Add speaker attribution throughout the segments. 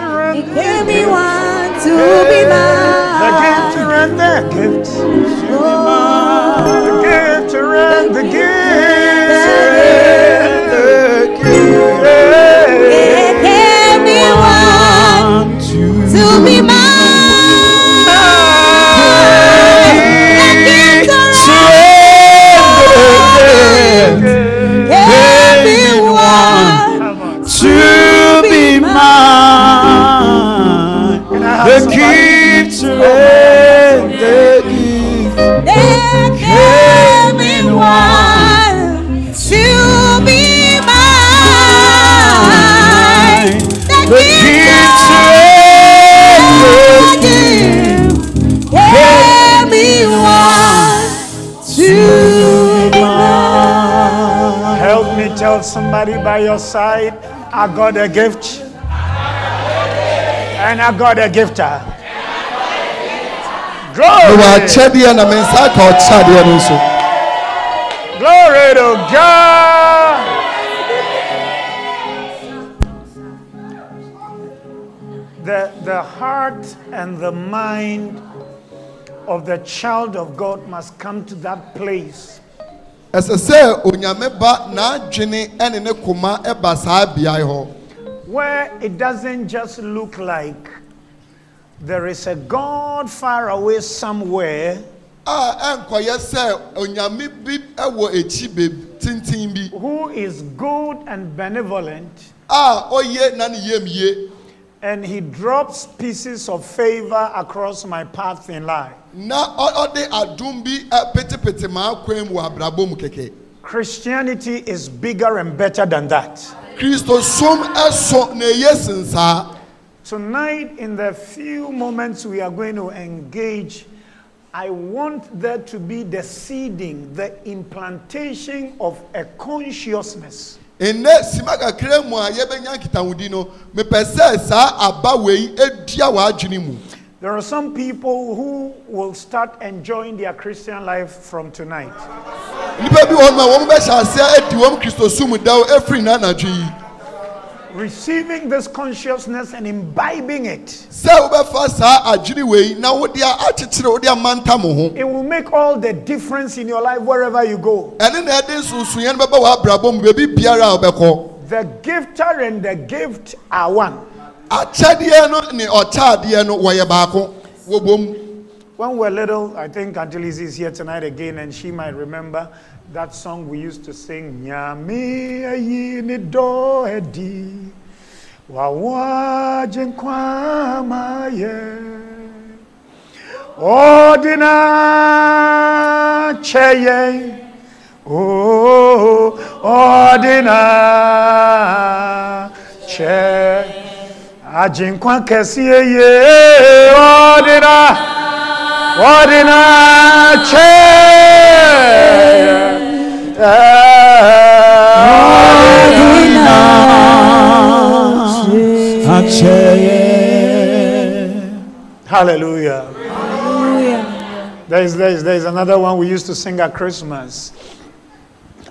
Speaker 1: Give me one to be
Speaker 2: The
Speaker 1: mine.
Speaker 2: gift and the gift. The
Speaker 1: Oh,
Speaker 2: gift and the
Speaker 1: The
Speaker 2: gift. The gift.
Speaker 1: give me one to be mine. Give me one.
Speaker 3: To be mine, the gift and the gift.
Speaker 1: Give me one to be mine.
Speaker 3: The gift and the gift.
Speaker 1: Give me one to be mine.
Speaker 2: Help me tell somebody by your side, I got a gift. And I got a gifter.
Speaker 3: Wa
Speaker 2: Glory,
Speaker 3: kyɛdeɛ na me nsa ka ɔkyadeɛ no nso.
Speaker 2: glory to God. The, the heart and the mind of the child of God must come to that place
Speaker 3: Ɛsɛ sɛ onyame ba n'adwene ɛne ne koma ɛba saa beae hɔ.
Speaker 2: where it doesn't just look like there is a God far away somewhere
Speaker 3: A ɛnkɔyɛ sɛ onyame bi ɛwɔ akyi beb tenten bi
Speaker 2: who is good and benevolent
Speaker 3: a ɔyɛ na ne yam yie
Speaker 2: and he drops pieces of favor across my path in life.
Speaker 3: na ɔ- ɔde adum bi ɛpetepete maa kwan mu wɔ abrabɔ mu kɛkɛ.
Speaker 2: Christianity is bigger and better than that.
Speaker 3: Kristo som ɛso na ɛyɛ sinsaa.
Speaker 2: Tonight, in the few moments we are going to engage, I want there to be the seeding, the implantation of a consciousness
Speaker 3: Nnɛ sima kakra mu a yɛbɛnya nkitahudi no mepɛ sɛ saa aba wei edua w'adwene mu.
Speaker 2: There are some people who will start enjoying their Christian life from tonight.
Speaker 3: Nnipa bi wɔ hɔ nom a wɔn bɛhyɛ aseɛ edi wɔn kristo sum da efiri n'anadwo yi.
Speaker 2: Receiving this consciousness and imbibing it,
Speaker 3: Sɛ wobɛfa saa adwene wei na wode a- akyekyere wode amanta mo ho.
Speaker 2: it will make all the difference in your life wherever you go.
Speaker 3: Ɛne na ɛde nsonsonoeɛ no bɛba w'abrabɔ mu beebi biara a wobɛkɔ.
Speaker 2: The gifter and the gift are one.
Speaker 3: Akyɛdeɛ no ne ɔkyaadeɛ no wɔyɛ baako. Wɔbom.
Speaker 2: When we're little, I think Aunt Lizzie is here tonight again, and she might remember that song we used to sing. Nyame ayi ne dɔ adi, wawa gyenkwa ma yɛ. Ordina cheye. Oh, ordina che. Ajinkwa kesiye ye ordina. Ordina che. Hallelujah. There is, there is, there is another one we used to sing at Christmas.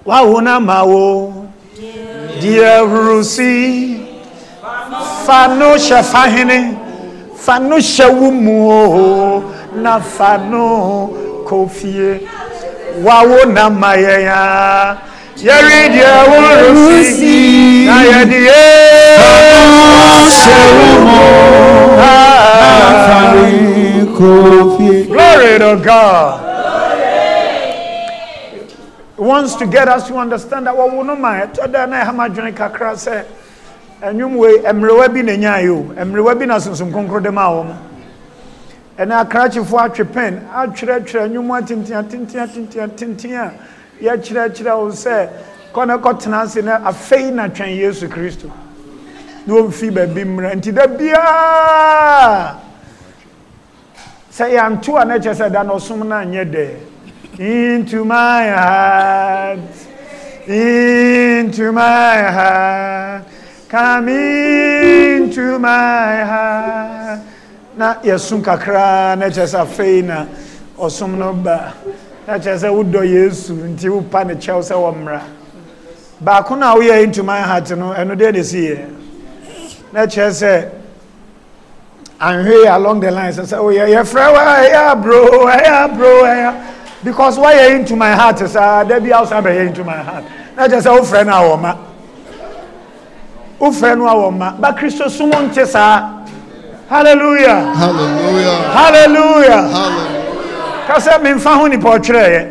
Speaker 2: Wahuna mawo, dear Rusi, fano shafahini, fano shawumu, na fano kofie, wahuna mayaya, yeri dear Rusi, na yedi Ah. Glory to God. He wants to get us to understand that what we know my toda na hama dwene kakra sɛ enwum we emrewa bi na nya yo emrewa bi na sunsun konkro de ma wo mo ɛna akrachifo atwe pen atwerɛtwerɛ enwum atintin atintin atintin atintin a yɛkyerɛkyerɛ wo sɛ kɔ na kɔtena ase na afei na twɛn yesu kristo na wɔmfi baabi mmerɛ nti da biara sɛ yɛanto a na kyerɛ sɛ da no ɔsom no anyɛ dɛ into my heart into my heart come into my heart na yɛsom kakraa na kyerɛ sɛ afei na ɔsom no ba na kyerɛ sɛ wodɔ yesu nti wopa ne kyɛw sɛ wɔmmra baako no a woyɛ into my heart no ɛno deɛ ne siyɛ na kyerɛ sɛ anhwee along the line sɛ sɛ woyɛ yɛfrɛ wo ɛyɛ bro ɛyɛ bro ɛyɛ because woayɛ into my heart "Ah, saa da bi awosa bɛyɛ into my heart "Oh, na kyɛ sɛ wofrɛ no a wɔma wofrɛ no a wɔma ba kristo som nte saa halleluya
Speaker 3: hallelujah
Speaker 2: halleluya
Speaker 3: hallelujah
Speaker 2: ka sɛ memfa ho nipa ɔtwerɛeɛ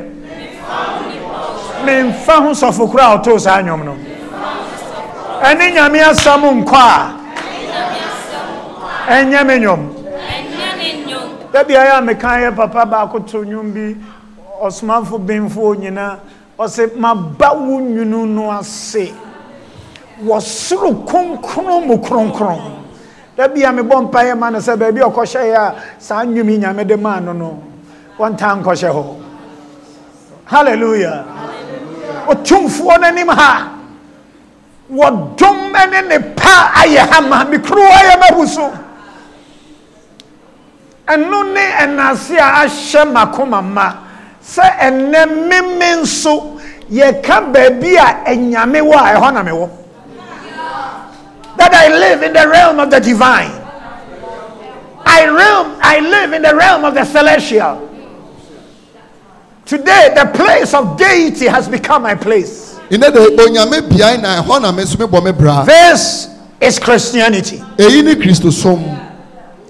Speaker 2: memfa ho sɔfo koraa a ɔtoo saa nnwom no ɛne nyame asɛm nkɔ a ɛnyɛ me nnwom dabi ayɛ a meka yɛ papa baako to nwom bi ɔsomafo benfoɔ nyinaa ɔsɛ maba wo nwunu no ase wɔ soro kronkron mu kronkron dabi a mebɔ mpayɛ ma no sɛ baabi a ɔkɔhyɛeɛ a saa nnwom yi nyame de maa no no wɔntaa nkɔhyɛ hɔ halleluya ɔtumfoɔ no anim ha wɔdom ne ne pa ayɛ ha ma me kuruwa yɛ mabu so ɛno ne ɛnase a ahyɛ makoma ma sɛ ɛnɛ meme nso yɛka baabi a ɛnyame wɔ a ɛhɔ na mewɔ that i live in the realm of the divine i realm i live in the realm of the celestial today the place of deity has become my place
Speaker 3: nne de onyame biae na ɛhɔ na me nso mebɔ me bra
Speaker 2: this is christianity
Speaker 3: eyi ne kristo som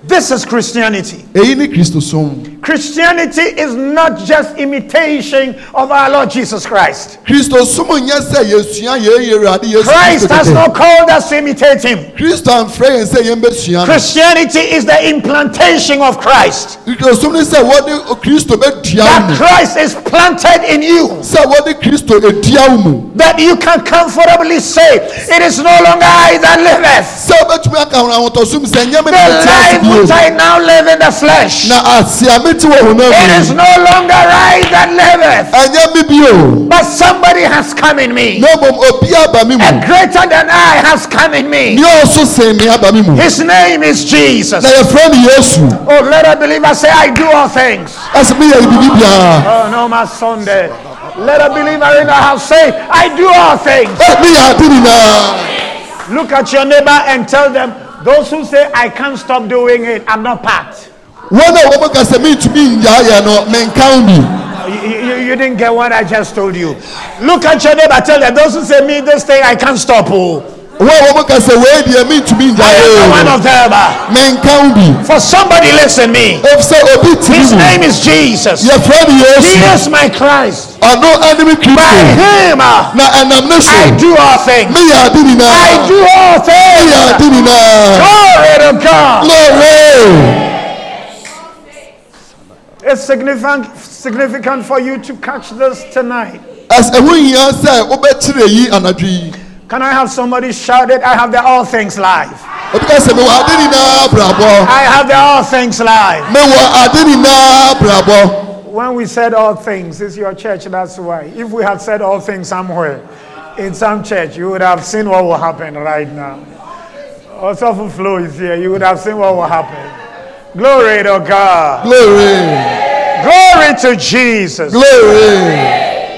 Speaker 2: this is christianity
Speaker 3: eyi ne kristo som
Speaker 2: christianity is not just imitation of our lord jesus christ
Speaker 3: kristo som nyɛ sɛ yɛsua yɛyɛ awurade yesu
Speaker 2: Christ has
Speaker 3: Kristo
Speaker 2: not called us to imitate him.
Speaker 3: kristo amfrɛ yɛn sɛ yɛmbɛsua no
Speaker 2: Christianity is the implantation of Christ.
Speaker 3: kristo som ne sɛ wɔde kristo bɛdua wo
Speaker 2: That
Speaker 3: mu
Speaker 2: Christ is planted in you.
Speaker 3: sɛ wɔde kristo edua wo mu
Speaker 2: That you can comfortably say, It is no longer I that liveth.
Speaker 3: sɛ wobɛtumi aka ho ahotɔsom sɛ nyɛ me
Speaker 2: The life which
Speaker 3: meteasebio
Speaker 2: I now live in the flesh.
Speaker 3: na asea mete wɔ
Speaker 2: It is
Speaker 3: honam
Speaker 2: no longer I that liveth.
Speaker 3: ɛnyɛ me bio
Speaker 2: But somebody has come in me.
Speaker 3: na mmom obi aba me mu
Speaker 2: A greater than I has come in me.
Speaker 3: neɛ ɔso sen me aba me mu na
Speaker 2: His name is Jesus.
Speaker 3: yɛfrɛ no yesu
Speaker 2: Oh, let a believer say, I do all things.
Speaker 3: ɛsɛ meyɛ biribi biara
Speaker 2: Oh no, my Sunday. Let a believer in the house say, I do all things.
Speaker 3: Ɛ, meyɛ ade nyinaa
Speaker 2: Look at your neighbor and tell them, those who say, I can't stop doing it, I'm not part.
Speaker 3: wɔn a wɔbɛka sɛ mentumi nyaayɛ no menkaw bi
Speaker 2: You, you, you didn't get what I just told you. Look at your neighbor, tell them, those who say, Me, this thing, I can't stop. Oh,
Speaker 3: wɔn a wɔbɛka sɛ wei deɛ
Speaker 2: I
Speaker 3: mentumi
Speaker 2: am not one
Speaker 3: nyaayɛ
Speaker 2: of them. ah."
Speaker 3: menkaw bi
Speaker 2: For somebody, listen me.
Speaker 3: ɛfisɛ obi
Speaker 2: His
Speaker 3: tiri
Speaker 2: name
Speaker 3: mu
Speaker 2: is Jesus.
Speaker 3: yɛfrɛ no
Speaker 2: He
Speaker 3: yesu
Speaker 2: is my Christ.
Speaker 3: ɔno ane me
Speaker 2: By
Speaker 3: kristo
Speaker 2: him, ah,
Speaker 3: na ɛnam ne so
Speaker 2: I do all things.
Speaker 3: meyɛ ade
Speaker 2: I
Speaker 3: nyinaa
Speaker 2: do all
Speaker 3: meyɛ
Speaker 2: things.
Speaker 3: ade nyinaa
Speaker 2: Glory to God.
Speaker 3: glory
Speaker 2: It's significant, significant for you to catch this tonight.
Speaker 3: as ɛho hia sɛ wobɛkyerɛ yi anadwo yi
Speaker 2: Can I have somebody shout it? I have the all things life.
Speaker 3: obi ka sɛ mewɔ ade nyinaa brabɔ
Speaker 2: I have the all things life.
Speaker 3: mewɔ ade nyinaa brabɔ
Speaker 2: When we said all things, it's your church, that's why. If we had said all things somewhere, in some church, you would have seen what will happen right now. Also, for flow is here, you would have seen what will happen. Glory to God.
Speaker 3: glory
Speaker 2: Glory to Jesus.
Speaker 3: glory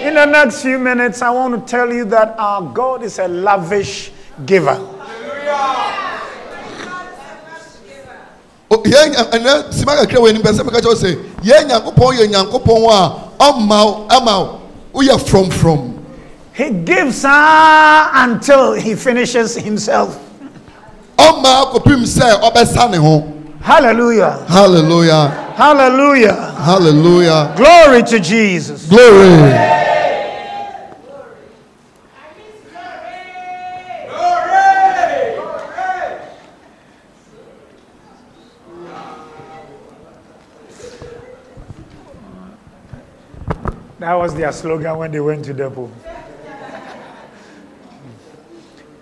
Speaker 2: In the next few minutes, I want to tell you that our God is a lavish giver.
Speaker 3: O- yɛn Nya- ɛnɛ sima kakra wɔ anim pɛ sɛ meka kyɛw sɛ yɛn nyankopɔn yɛ nyankopɔn a ɔma wo ama wo woyɛ frɔmfrɔm
Speaker 2: He gives ah, until he finishes himself.
Speaker 3: ɔma akɔpem sɛ ɔbɛsa ne ho
Speaker 2: Hallelujah.
Speaker 3: halleluya
Speaker 2: Hallelujah.
Speaker 3: halleluya
Speaker 2: Glory to Jesus.
Speaker 3: glory
Speaker 2: That was their slogan when they went to Depot.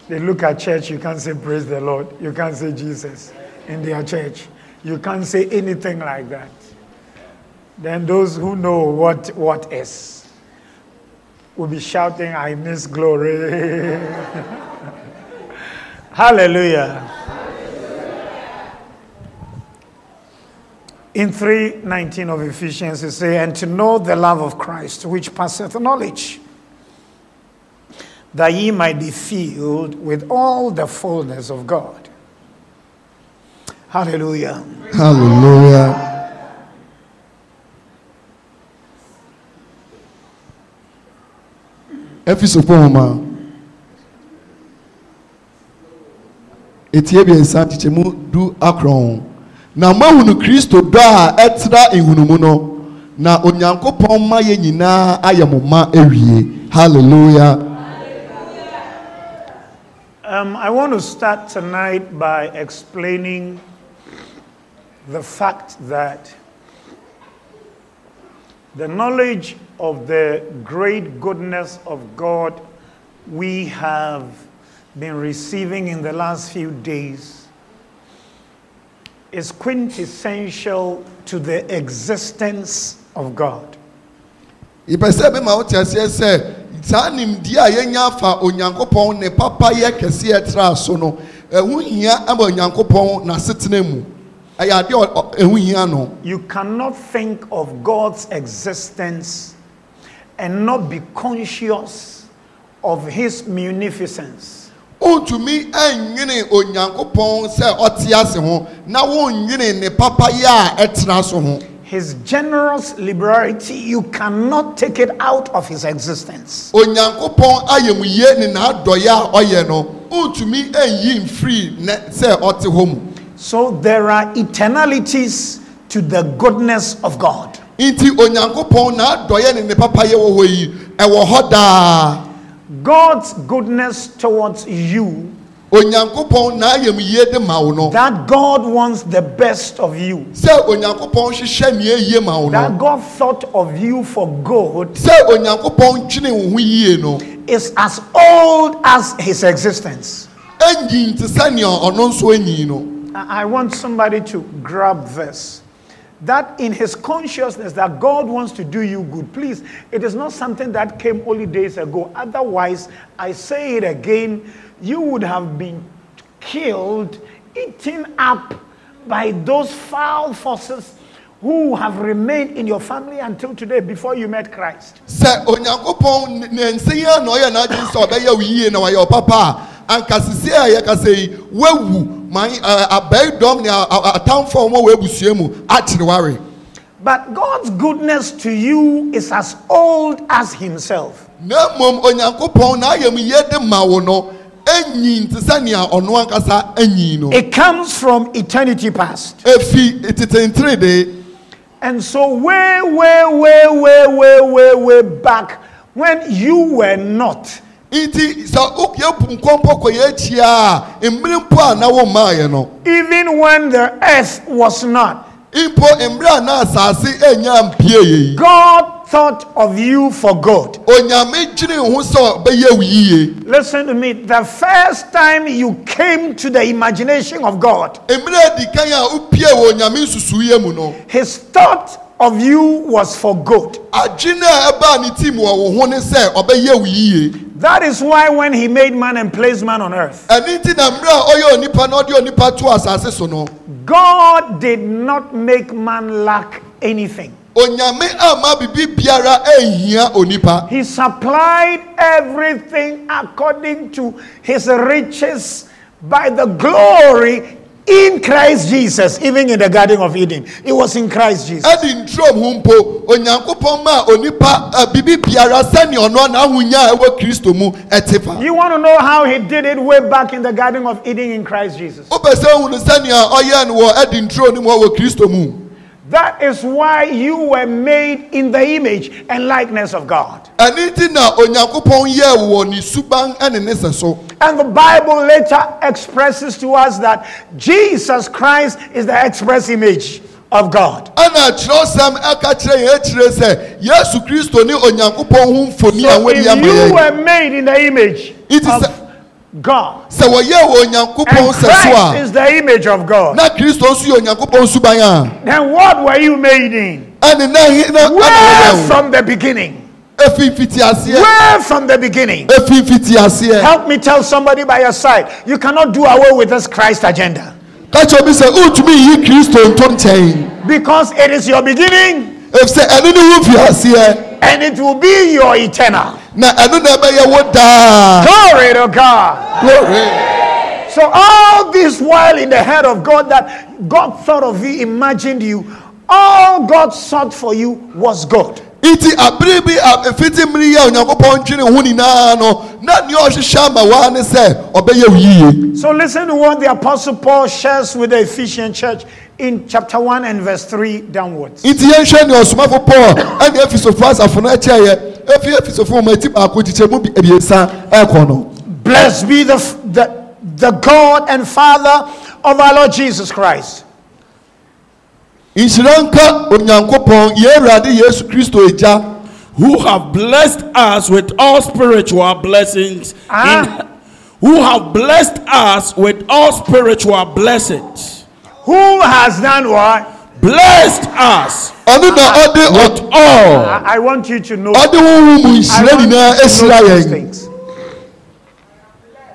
Speaker 2: They look at church, you can't say praise the Lord, you can't say Jesus in their church. You can't say anything like that. Then those who know what what is will be shouting, I miss glory. Hallelujah. In 3:19 of Ephesians, it says, "And to know the love of Christ, which passeth knowledge, that ye might be filled with all the fullness of God." Hallelujah.
Speaker 3: hallelujah efi so pɔn ma etie mmiɛnsa kyekyɛ mu du akorɔn na mahunu kristo dɔ a ɛtena ehunumu no na onyankopɔn ma yɛ nyinaa ayɛ mo ma awie hallelujah
Speaker 2: Um, I want to start tonight by explaining the fact that the knowledge of the great goodness of God we have been receiving in the last few days is quintessential to the existence of God.
Speaker 3: ìpɛ sɛ mi ma wo te aseɛ sɛ saa nimdeɛ a yɛnya afa onyankopɔn ne papayɛ kɛseɛ e tra so no ɛho hia ama onyankopɔn n'asetena mu ɛyɛ adeɛ a ɔ- ɛho hia no.
Speaker 2: You cannot think of God's existence and not be conscious of His munificence.
Speaker 3: ontumi ɛnwene onyankopɔn sɛ ɔte ase ho na wonwene ne papayɛ a ɛtena so ho
Speaker 2: His generous liberality, you cannot take it out of His existence.
Speaker 3: onyankopɔn ayɛmuyie ne n'adɔeɛ a ɔyɛ no ontumi ɛnyi mfiri ne sɛ ɔte hɔ mu
Speaker 2: So there are eternalities to the goodness of God.
Speaker 3: nti onyankopɔn n'adɔeɛ ne ne papayɛ wɔ hɔ yi e ɛwɔ hɔ daa
Speaker 2: God's goodness towards you,
Speaker 3: onyankopɔn n'ayɛmuyie de ma wo no
Speaker 2: that God wants the best of you,
Speaker 3: sɛ onyankopɔn hyehyɛ nea yie ma wo
Speaker 2: that
Speaker 3: no
Speaker 2: God thought of you for good,
Speaker 3: sɛ onyankopɔn twene wo ho yie no
Speaker 2: is as old as His existence.
Speaker 3: ɛnyin te sɛ nea ɔno nso anyin no
Speaker 2: I I want somebody to grab this. That in his consciousness that God wants to do you good, please, it is not something that came only days ago. Otherwise, I say it again, you would have been killed, eaten up by those foul forces who have remained in your family until today before you met Christ.
Speaker 3: sɛ onyankopɔn nansi yi na ɔyɛ n'adwene sɛ ɔbɛyɛ wo yie na wayɛ ɔpapa a anka sisi a yɛkasa yi wawu man ɛɛ abɛɛ dɔm ne a- a- atamfo a wɔn wɔ abusua mu akyere ware
Speaker 2: But God's goodness to you is as old as Himself.
Speaker 3: na mmom onyankopɔn n'ayɛm yie de ma wo no enyin te sɛ nea ɔno ankasa enyin no
Speaker 2: It comes from eternity past.
Speaker 3: efi tetentire de
Speaker 2: And so, way, way, way, way, way, way, way back, when you were not,
Speaker 3: nti sɛ okie pu nkɔmpɔ kɔ yɛ ekyia a mmiri mpo a na wɔn mmaa yɛ no
Speaker 2: even when the earth was not,
Speaker 3: mpo mmiri a na asaase enya e, mpie yɛ yi.
Speaker 2: God thought of you for good.
Speaker 3: onyame gyere ho sɛ ɔbɛyɛ wo yie
Speaker 2: Listen to me. The first time you came to the imagination of God,
Speaker 3: mmerɛ a adi kan a wopie wɔ onyame nsusuiɛ mu no
Speaker 2: His thought of you was for good.
Speaker 3: adwene a ɛbaa ne e, tim wɔ wo ho ne sɛ ɔbɛyɛ wo yie
Speaker 2: That is why when He made man and placed man on earth,
Speaker 3: ɛno nti E, na mmerɛ a ɔyɛ onipa na ɔde onipa to asase so no
Speaker 2: God did not make man lack anything.
Speaker 3: onyame amma bibi biara anhia onipa
Speaker 2: He supplied everything according to his riches by the glory in Christ Jesus, even in the Garden of Eden. It was in Christ Jesus.
Speaker 3: ɛde nturom ho mpo onyankopɔn maa onipa a bibi biara sɛnea ɔno a n'ahonya a ɛwɔ kristo mu ɛte fa
Speaker 2: You want to know how he did it way back in the Garden of Eden in Christ Jesus?
Speaker 3: wopɛ sɛ wohu no sɛnea ɔyɛɛ no wɔ ɛde nturo no mu a ɛwɔ kristo mu
Speaker 2: That is why you were made in the image and likeness of God.
Speaker 3: ɛne ti na onyankopɔn yɛ wɔ ne suban ɛne ne sɛ so
Speaker 2: And the Bible later expresses to us that Jesus Christ is the express image of God.
Speaker 3: ɛna kyerɛwsɛm ɛka kyerɛ yɛn akyire sɛ yesu kristo ne onyankopɔn ho mfoni a
Speaker 2: So
Speaker 3: wɔde
Speaker 2: if
Speaker 3: ama
Speaker 2: you
Speaker 3: yɛn
Speaker 2: were made in the image
Speaker 3: It is
Speaker 2: of God,
Speaker 3: sɛ wɔyɛ wɔ onyankopɔn
Speaker 2: and
Speaker 3: sɛ so
Speaker 2: Christ
Speaker 3: a
Speaker 2: is the image of God,
Speaker 3: na kristo nso yɛ onyankopɔn suban
Speaker 2: then what were you made in?
Speaker 3: a ɛne na he na ɛna
Speaker 2: Where
Speaker 3: wɔyɛ wo
Speaker 2: from the beginning?
Speaker 3: ɛfi mfiti aseɛ
Speaker 2: Where from the beginning?
Speaker 3: ɛfi mfiti aseɛ
Speaker 2: Help me tell somebody by your side, you cannot do away with this Christ agenda
Speaker 3: ka kyerɛ bi sɛ wontumi yi kristo nto nkyɛn
Speaker 2: because it is your beginning
Speaker 3: ɛfisɛ ɛne ne ho mfi aseɛ
Speaker 2: and it will be your eternal.
Speaker 3: na ɛno na ɛbɛyɛ wo daa
Speaker 2: Glory to God.
Speaker 3: Glory.
Speaker 2: So all this while in the head of God that God thought of you, imagined you, all God sought for you was God.
Speaker 3: nti abere bi a efiti mmiri a onyankopɔn ntwene ho nyinaa no na nea ɔhyehyɛ ama waa ne sɛ ɔbɛyɛ wo yie
Speaker 2: So listen to what the Apostle Paul shares with the Ephesian church in chapter 1 and verse 3 downwards.
Speaker 3: nti yɛnhwɛ nea ɔsomafo paul ɛne efisofo asafo no akyɛeɛ efi efisofo mu eti baako kyikyɛ mu bi- ebiensa ɛkɔ no
Speaker 2: Blessed be the, f- the, the God and Father of our Lord Jesus Christ.
Speaker 3: nhyira nka onyankopɔn yɛn awurade yesu kristo agya
Speaker 1: who have blessed us with all spiritual blessings
Speaker 2: Ah.
Speaker 1: in, who have blessed us with all spiritual blessings
Speaker 2: Who has done what?
Speaker 1: blessed us
Speaker 3: ɔno na ɔde
Speaker 1: with
Speaker 3: ɔd-
Speaker 1: all
Speaker 2: I I want you to know.
Speaker 3: ɔde honhom mu
Speaker 2: I want
Speaker 3: nhyira
Speaker 2: you to
Speaker 3: nyinaa ahyira
Speaker 2: know these
Speaker 3: yɛn
Speaker 2: things.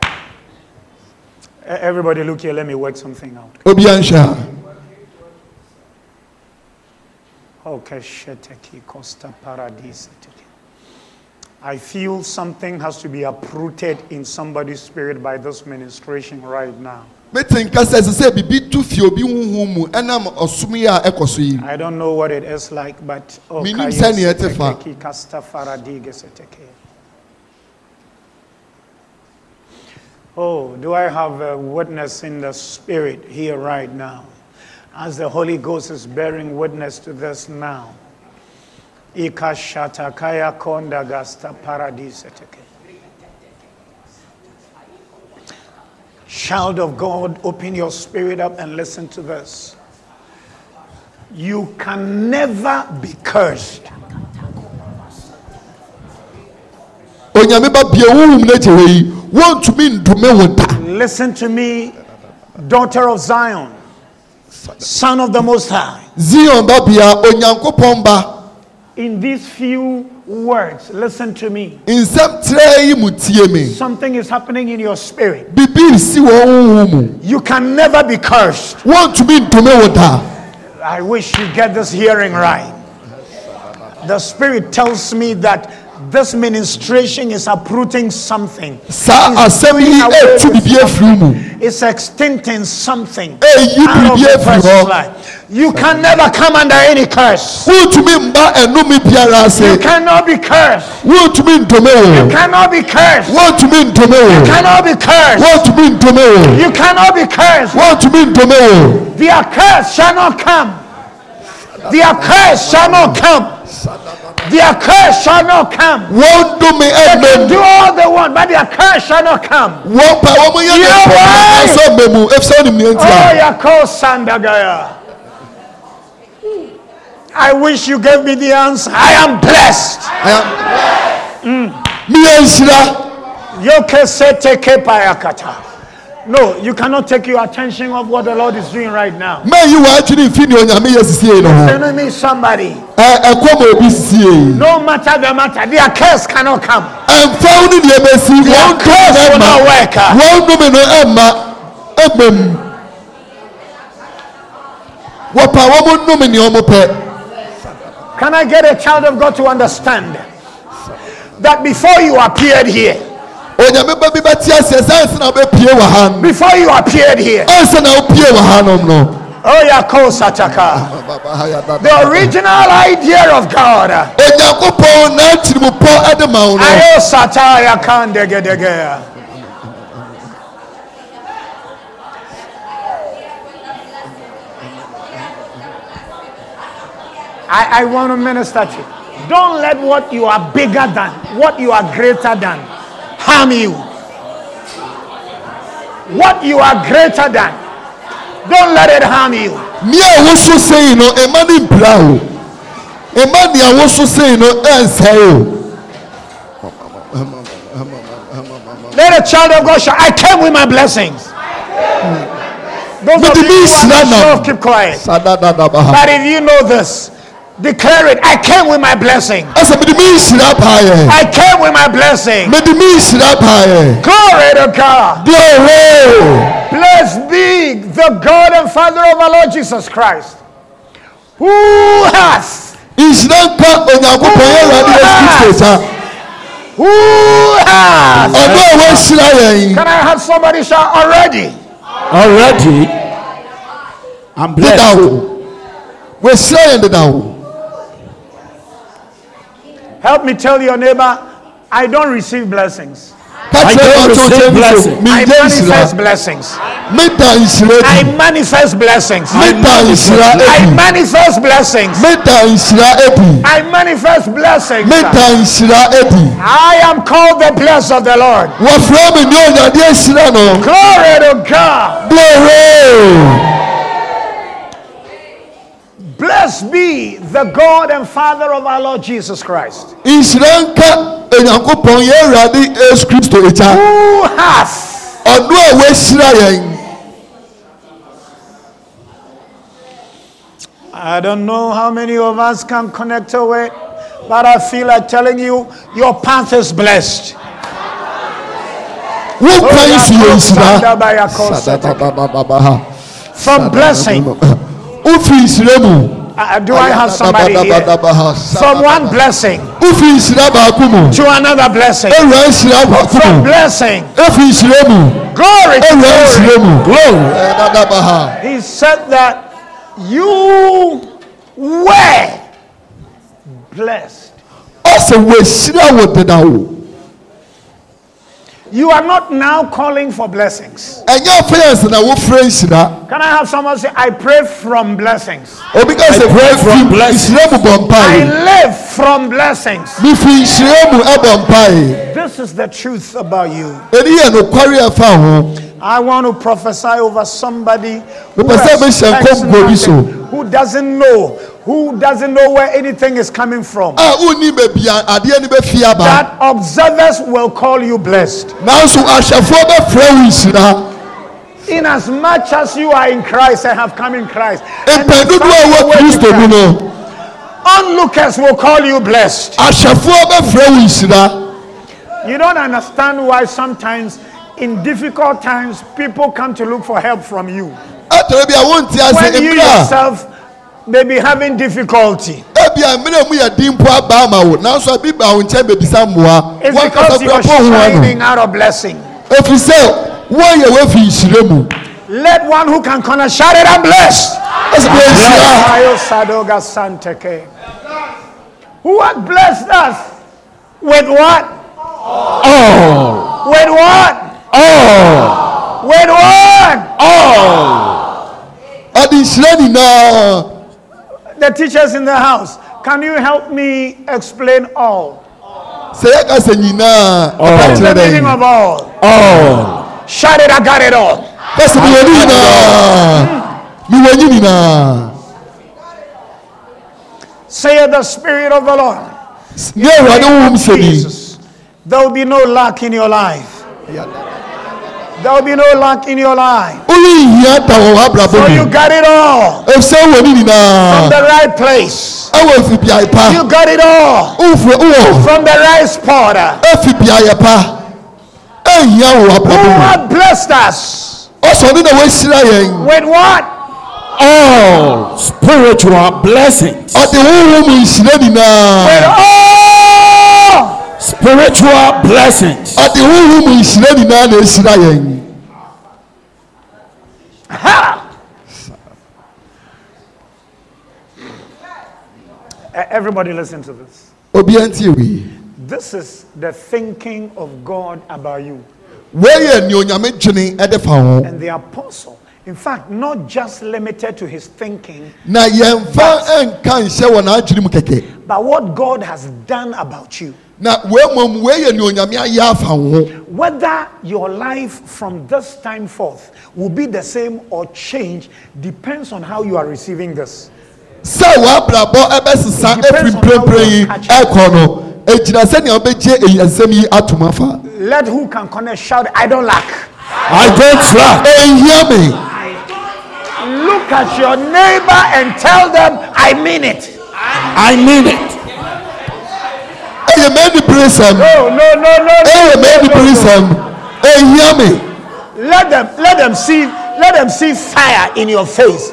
Speaker 2: E- E, Everybody, look here. Let me work something out.
Speaker 3: obia nhwɛ a
Speaker 2: Okay, Sheteki Costa Paradis. I feel something has to be uprooted in somebody's spirit by this ministration right now.
Speaker 3: mete nka sɛ ɛsɛ sɛ biribi tu fie obi honhom mu ɛnam ɔsom yi a ɛkɔ so yi
Speaker 2: I don't know what it is like, but oh,
Speaker 3: Minim
Speaker 2: Kayes
Speaker 3: sani ete fa.
Speaker 2: Sheteki Costa Paradis Sheteki. Oh, do I have a witness in the spirit here right now? As the Holy Ghost is bearing witness to this now. Ikashatakaya kondagasta paradiseteke. Child of God, open your spirit up and listen to this. You can never be cursed.
Speaker 3: onyame ba bie honhom no akyɛ hɔ yi wɔntumi ndome wo da
Speaker 2: Listen to me, daughter of Zion, son of the Most High.
Speaker 3: zion babea onyankopɔn ba
Speaker 2: In these few words, listen to me.
Speaker 3: nsɛm trɛ yi mu tie me
Speaker 2: Something is happening in your spirit.
Speaker 3: biribi resi wɔ honhom mu
Speaker 2: You can never be cursed.
Speaker 3: wɔntumi ndome wo da
Speaker 2: I wish you get this hearing right. The Spirit tells me that this ministration is uprooting something,
Speaker 3: saa asɛm yi ɛtu biribi afiri mu
Speaker 2: it's extincting something
Speaker 3: Eyi
Speaker 2: out of
Speaker 3: biribi
Speaker 2: the
Speaker 3: afiri
Speaker 2: person's
Speaker 3: hɔ
Speaker 2: life. You can never come under any curse.
Speaker 3: wontumi mba ɛnome biara
Speaker 2: You
Speaker 3: ase
Speaker 2: cannot be cursed.
Speaker 3: wontumi ndome
Speaker 2: You
Speaker 3: wo
Speaker 2: cannot be cursed. You
Speaker 3: wontumi ndome wo
Speaker 2: cannot be cursed.
Speaker 3: wontumi ndome wo
Speaker 2: You cannot be cursed.
Speaker 3: wontumi ndome wo
Speaker 2: Their curse shall not come. Their curse shall not come. Their curse shall not come.
Speaker 3: wɔn eh, dome
Speaker 2: They can do
Speaker 3: ɛnɛ
Speaker 2: all they want, but their curse shall not come.
Speaker 3: wɔn pa wɔn yɛ
Speaker 2: Yeah,
Speaker 3: ne
Speaker 2: why?
Speaker 3: pɔn ɛsɛ mbɛ mu efisɛ onim ne nti
Speaker 2: Oh,
Speaker 3: a
Speaker 2: Yako Sandagaya. I wish you gave me the answer. I am blessed.
Speaker 3: miyɛ nhyira
Speaker 2: Yoke sete kepayakata. No, you cannot take your attention off what the Lord is doing right now.
Speaker 3: mɛyi wɔn adwene nfi ne onyame yɛ sisie yi no ho.
Speaker 2: Send me somebody.
Speaker 3: Ɛ- ɛkɔm a obi sie yi
Speaker 2: No matter the matter, their curse cannot come.
Speaker 3: ɛmfaw ne deɛ bɛsi
Speaker 2: Their
Speaker 3: wɔn
Speaker 2: curse
Speaker 3: dome
Speaker 2: will not
Speaker 3: no ɛma
Speaker 2: work. ah.
Speaker 3: wɔn dome no ɛma ɛma mu wɔpa wɔn nnome nea wɔn pɛ
Speaker 2: Can I get a child of God to understand that before you appeared here,
Speaker 3: onyame ba bi bɛte aseɛ sɛ ɛnsa na wɔbɛpie wɔ ha no
Speaker 2: before you appeared here,
Speaker 3: ɛnsa na wɔpie wɔ ha nom no
Speaker 2: oh Yako Sataka, the original idea of God, uh,
Speaker 3: onyankopɔn n'atirimupɔ ɛde ma wo no
Speaker 2: Ayo Sataya Kandegedege. I, I want to minister to you. Don't let what you are bigger than, what you are greater than, harm you. What you are greater than, don't let it harm you.
Speaker 3: nea ɛwoso sei no ɛma ne mpira o ɛma nea ɛwoso sei no ɛnsɛe o
Speaker 2: Let a child of God shout, I came with my blessings. Those of
Speaker 3: But
Speaker 2: you
Speaker 3: the
Speaker 2: who
Speaker 3: beast
Speaker 2: are not
Speaker 3: ran
Speaker 2: sure,
Speaker 3: up.
Speaker 2: keep quiet.
Speaker 3: sadadadaba ha
Speaker 2: But if you know this, declare it. I came with my blessing.
Speaker 3: ɛsɛ mede me nhyira paa yɛ
Speaker 2: I came with my blessing.
Speaker 3: mede me nhyira paa yɛ
Speaker 2: Glory to God.
Speaker 3: deɛ ɔwɔ
Speaker 2: Blessed be the God and Father of our Lord Jesus Christ, who has,
Speaker 3: nhyira nka onyankopɔn yɛ awurade yesu kristo sa
Speaker 2: Who has?
Speaker 3: ọdún òwe ṣíra yẹn yìí
Speaker 2: Can I have somebody shout already?
Speaker 1: Already,
Speaker 3: dídà
Speaker 1: I'm blessed.
Speaker 3: o òwe ṣíra yẹn dídà o
Speaker 2: Help me tell your neighbor, I don't receive blessings.
Speaker 1: I
Speaker 3: káàkiri
Speaker 1: don't
Speaker 3: ọ̀tún tó
Speaker 1: receive
Speaker 3: ṣe mí so
Speaker 1: blessing.
Speaker 3: mi
Speaker 2: I
Speaker 3: yé ìṣìra
Speaker 2: manifest blessings.
Speaker 3: mi da ìṣìra
Speaker 2: I
Speaker 3: ebi
Speaker 2: manifest blessings.
Speaker 3: mi da ìṣìra
Speaker 2: I
Speaker 3: ebi
Speaker 2: manifest blessings.
Speaker 3: mi da ìṣìra ebi
Speaker 2: I manifest blessings.
Speaker 3: mi da ìṣìra ebi
Speaker 2: I am called the blessed of the Lord.
Speaker 3: wọ́n fúra mi ní ọ̀nyàdí ìṣìra náà
Speaker 2: Glory to God.
Speaker 3: glory
Speaker 2: Blessed be the God and Father of our Lord Jesus Christ,
Speaker 3: ìṣìra ń ká ènìyàn pọ̀ yẹn ìrọ̀lẹ́ Jésù Kristo ìjà
Speaker 2: who hath
Speaker 3: ọdún òwe ṣíra yẹn
Speaker 2: I don't know how many of us can connect to it, but I feel like telling you, your path is blessed. Oh,
Speaker 3: wọ́n kọ́ ìfìyè ìṣìra.
Speaker 2: From blessing,
Speaker 3: ó fi ìṣirẹ́ mu.
Speaker 2: uh, do I have somebody here? From one blessing
Speaker 3: ó fi ìṣirẹ́ baako mu.
Speaker 2: to another blessing.
Speaker 3: èrò ìṣirẹ́ baako
Speaker 2: From
Speaker 3: mu.
Speaker 2: blessing,
Speaker 3: ó fi ìṣirẹ́ mu.
Speaker 2: glory to
Speaker 3: èrò
Speaker 2: glory.
Speaker 3: ìṣirẹ́ mu.
Speaker 1: Glory.
Speaker 2: He said that you were blessed.
Speaker 3: ó sì wọ ìṣirẹ́ wò dídá o.
Speaker 2: You are not now calling for blessings.
Speaker 3: ẹ̀yẹ́ fẹ́yẹ̀sì náà wọ́n fẹ́ ìṣirẹ́.
Speaker 2: Can I have someone say, I pray from blessings?
Speaker 3: omi ká ṣe
Speaker 1: pray
Speaker 3: fẹ́ fi
Speaker 1: from blessing.
Speaker 3: ìṣirẹ́ mu bọ̀ mpa
Speaker 2: I
Speaker 3: yìí.
Speaker 2: live from blessings.
Speaker 3: mi fi ìṣirẹ́ mu ẹ̀ bọ̀ mpa yìí.
Speaker 2: This is the truth about you.
Speaker 3: èyí yẹn ló kọ́rí ẹ̀ fà wọ́n.
Speaker 2: I want to prophesy over somebody who,
Speaker 3: Mepɛ sɛ
Speaker 2: has
Speaker 3: mehyɛ
Speaker 2: expects
Speaker 3: nkɔm bɔbi so.
Speaker 2: nothing, who doesn't know, who doesn't know where anything is coming from.
Speaker 3: a ó ní bèbí adé ni bẹ́ẹ̀ fi àbá.
Speaker 2: That observers will call you blessed.
Speaker 3: nanso ahyɛfoɔ bɛ fẹ́ wọ ìṣirẹ́.
Speaker 2: In as much as you are in Christ and have come in Christ, and
Speaker 3: Mpɛ
Speaker 2: you
Speaker 3: dodoɔ a
Speaker 2: found your
Speaker 3: ɛwɔ
Speaker 2: way in
Speaker 3: Kristo mu
Speaker 2: Christ,
Speaker 3: no,
Speaker 2: onlookers will call you blessed.
Speaker 3: ahyɛfoɔ bɛfrɛ wo nhyira.
Speaker 2: You don't understand why sometimes in difficult times people come to look for help from you.
Speaker 3: Ɛtɔrɔ bi a wonte ase
Speaker 2: When you
Speaker 3: ebia
Speaker 2: yourself may be having difficulty,
Speaker 3: ebia mmerɛ mu yɛ din po aba ama wo nanso ebi ba wo nkyɛn bebisa mmoa.
Speaker 2: it's
Speaker 3: Wɔn kasa
Speaker 2: because you
Speaker 3: kura
Speaker 2: are
Speaker 3: po ho
Speaker 2: shining
Speaker 3: ano.
Speaker 2: out of blessing.
Speaker 3: Efisɛ wɔn yɛ wofi nhyira mu.
Speaker 2: Let one who can connect shout it, I'm blessed.
Speaker 3: Ɛsɛ bɛ nhyira.
Speaker 2: Ayo Sadoga Santeke. Who has blessed us with what? All. With what? All. With what?
Speaker 3: Ɔde nhyira nyinaa.
Speaker 2: The teachers in the house, can you help me explain all?
Speaker 3: Sɛ yɛ kasa nyinaa.
Speaker 1: All.
Speaker 3: Ɛbɛ
Speaker 2: What is the
Speaker 3: kyerɛ
Speaker 2: meaning
Speaker 3: dɛ.
Speaker 2: of all?
Speaker 1: All.
Speaker 2: Shout it, I got it all.
Speaker 3: Kasa mi wɔ ni nyinaa. Mi wɔ ni nyinaa.
Speaker 2: Say the Spirit of the Lord.
Speaker 3: Ní ɛwurade wo mu sɛ bi.
Speaker 2: Jesus, there will be no lack in your life. There will be no lack in your life.
Speaker 3: Oyi yia ta wɔ wɔ
Speaker 2: So
Speaker 3: abrabɔ
Speaker 2: you
Speaker 3: mu.
Speaker 2: got it all
Speaker 3: Efisɛ wɔ ni nyinaa.
Speaker 2: from the right place.
Speaker 3: ɛwɔ efibiae pa
Speaker 2: You got it all
Speaker 3: nfura wɔ
Speaker 2: from the right spot.
Speaker 3: efibiae pa ehia wɔ
Speaker 2: Who
Speaker 3: abɔbɔ mu
Speaker 2: has blessed us
Speaker 3: ɔsɔni na wɔahyira yɛn
Speaker 2: with what?
Speaker 1: All spiritual blessings.
Speaker 3: ɔde huhu mu nhyira
Speaker 2: With
Speaker 3: nyinaa
Speaker 2: all.
Speaker 1: Spiritual blessings.
Speaker 3: ɔde huhu mu nhyira nyinaa na ehyira yɛn
Speaker 2: Ha! E- Everybody, listen to this.
Speaker 3: obiara nti ewi
Speaker 2: This is the thinking of God about you.
Speaker 3: wɔyɛ ni onyame dwene ɛde fa ho
Speaker 2: and the apostle, in fact, not just limited to his thinking,
Speaker 3: na yɛn fa nka nhyɛ wɔ n'adwene mu kɛkɛ
Speaker 2: but what God has done about you.
Speaker 3: na wɔamam wɔyɛ ni onyame ayɛ afa ho
Speaker 2: Whether your life from this time forth will be the same or change depends on how you are receiving this.
Speaker 3: sɛ wɔabrabɔ ɛbɛsesa efiri mprempren yi ɛkɔ no egyina sɛnea ɔbɛgye eyi nsɛm yi atom afa.
Speaker 2: Let who can connect shout, I don't lack.
Speaker 1: I don't lack.
Speaker 3: ehia mi.
Speaker 2: Look at your neighbor and tell them, I mean it.
Speaker 1: I mean it.
Speaker 3: ɛyɛ mɛni pirisɛm
Speaker 2: No, no, no, no.
Speaker 3: ɛyɛ mɛni pirisɛm ɛyia mi
Speaker 2: Let them let them see let them see fire in your face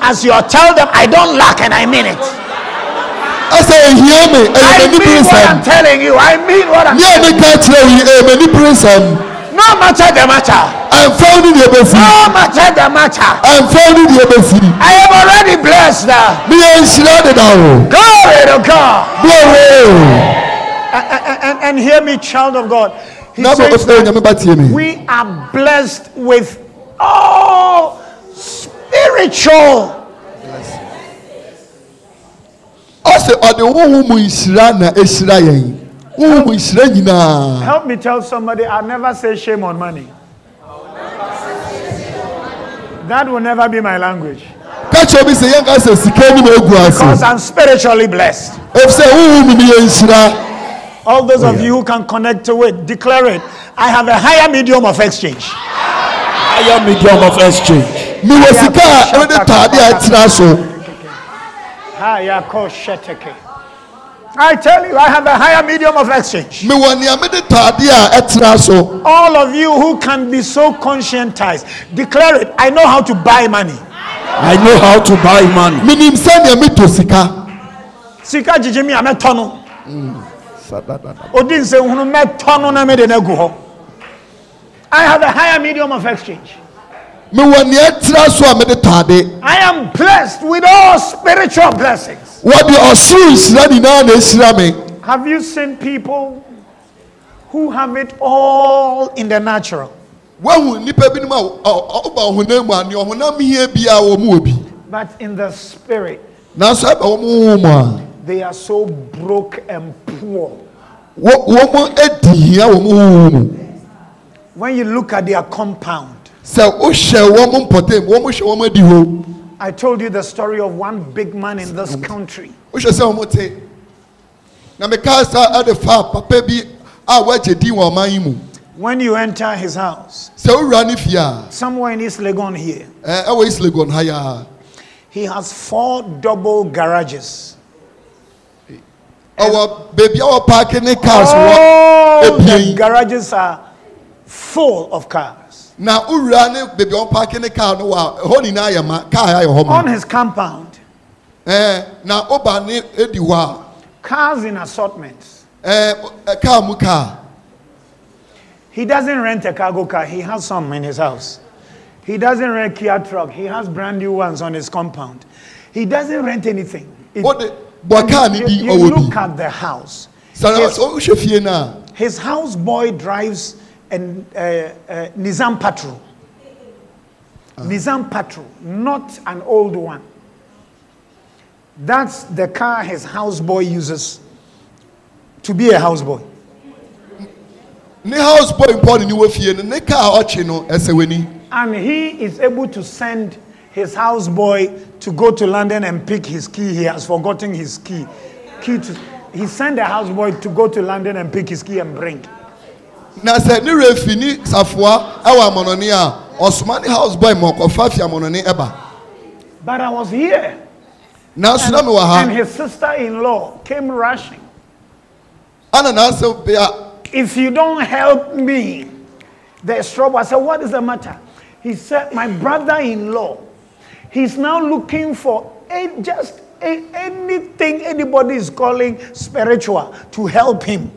Speaker 2: as you are tell them I don't lack and I mean it.
Speaker 3: ɛsɛ ehia mi ɛyɛ
Speaker 2: I
Speaker 3: mɛ nibiri
Speaker 2: mean what I'm
Speaker 3: nsɛm
Speaker 2: telling you. I mean what I'm
Speaker 3: ní ɛni
Speaker 2: telling you.
Speaker 3: ká kyerɛ yi ɛyɛ mɛ nibiri nsɛm
Speaker 2: No matter the matter.
Speaker 3: ɛnfɛn ni deɛ bɛ fi
Speaker 2: No matter the matter.
Speaker 3: ɛnfɛn ni deɛ bɛ fi
Speaker 2: I am already blessed now.
Speaker 3: mi yɛ nhyira deda o
Speaker 2: Glory to God.
Speaker 3: bi owo
Speaker 2: And, and- and, and hear me, child of God. He
Speaker 3: n'abɔ
Speaker 2: says
Speaker 3: ofe onyame ba tie mi
Speaker 2: we are blessed with all spiritual.
Speaker 3: ɔsɛ ɔde huhu mu nhyira na ehyira yɛn huhu mu nhyira nyinaa
Speaker 2: Help me tell somebody I'll never say shame on money. That will never be my language.
Speaker 3: kakyɛ bi sɛ yɛn ka sɛ sika ni mu egu
Speaker 2: Because
Speaker 3: ase
Speaker 2: I'm spiritually blessed.
Speaker 3: efisɛ huhu mu ni yɛ nhyira
Speaker 2: All those of you who can connect to it, declare it. I have a higher medium of exchange.
Speaker 1: Higher medium of exchange.
Speaker 3: mi wɔ sika a ɛbɛ de taade a ɛtena so
Speaker 2: Hayakosheteke. I tell you, I have a higher medium of exchange.
Speaker 3: mi wɔ nea mi de taade a ɛtena so.
Speaker 2: All of you who can be so conscientized, declare it. I know how to buy money.
Speaker 1: I know how to buy money.
Speaker 3: minim sɛnea metɔ sika
Speaker 2: Sika jijimi ametono. Odin se hunu metono na mede na gu hɔ. I have a higher medium of exchange.
Speaker 3: mewɔ nea ɛtira so a mede tade
Speaker 2: I am blessed with all spiritual blessings.
Speaker 3: wɔde ɔsoro nhyira nyinaa na ɛhyira me
Speaker 2: Have you seen people who have it all in the natural,
Speaker 3: woahu nnipa binom a ɔ- ɔ- ɔba ɔhonam mu a ne ɔhonam hia biaa wɔ mu wɔ bi
Speaker 2: but in the spirit,
Speaker 3: nanso ɛba wɔ mo wo mu a
Speaker 2: they are so broke and poor?
Speaker 3: wɔ wɔ mo adi hia wɔ mo wo mu
Speaker 2: When you look at their compound,
Speaker 3: sɛ wohyɛ wɔ mo mpɔtam wɔ mo hyɛ wɔ mo adi hɔ
Speaker 2: I told you the story of one big man in this country.
Speaker 3: wohyɛ sɛ wɔ mo te na mekaa saa ade fa papa bi a woagye din wɔ ɔman yi mu
Speaker 2: When you enter his house,
Speaker 3: sɛ wowura ne fie a
Speaker 2: somewhere in East Legon here,
Speaker 3: ɛ, ɛwɔ east legon ha yi ara
Speaker 2: he has four double garages.
Speaker 3: ɔwɔ baabi a wɔpaake ne cars wɔ
Speaker 2: All the
Speaker 3: Ebien.
Speaker 2: garages are full of cars.
Speaker 3: na owura ne baabi a wɔpaake ne car no wɔ a ɛhɔ nyinaa yɛ ma car ayɛ hɔ
Speaker 2: On
Speaker 3: ma
Speaker 2: his compound,
Speaker 3: ɛɛ na ɔba ne edi hɔ
Speaker 2: cars in assortments.
Speaker 3: a ɛɛ ɛ, car mu car
Speaker 2: He doesn't rent a cargo car, he has some in his house. He doesn't rent Kia truck, he has brand new ones on his compound. He doesn't rent anything. It-
Speaker 3: ɔde bɔ car ne
Speaker 2: you,
Speaker 3: bi
Speaker 2: you
Speaker 3: ɔwɔ
Speaker 2: look
Speaker 3: bi
Speaker 2: at the house.
Speaker 3: sara
Speaker 2: His,
Speaker 3: ɔhwɛ fie na
Speaker 2: his houseboy drives an uh, uh, Nizam Patrol. Nizam Patrol, not an old one. That's the car his houseboy uses to be a houseboy.
Speaker 3: ne house boy mpɔ ne ne wɔ fie no ne car a ɔkye no ɛsɛ wani
Speaker 2: And he is able to send his houseboy to go to London and pick his key. He has forgotten his key. key to, he sent the houseboy to go to London and pick his key and bring.
Speaker 3: na sɛ ne wura fi ne safoa ɛwɔ amɔnɔni a ɔsoma ne house boy ma ɔkɔfa fi amɔnɔni ɛba
Speaker 2: But I was here,
Speaker 3: nanso na mi wɔ
Speaker 2: and
Speaker 3: ha
Speaker 2: his sister in law came rushing.
Speaker 3: ɛna n'asɛm bi a.
Speaker 2: If you don't help me, the trouble. I said, What is the matter? He said, My brother in law, he's now looking for a, just a- anything anybody is calling spiritual to help him.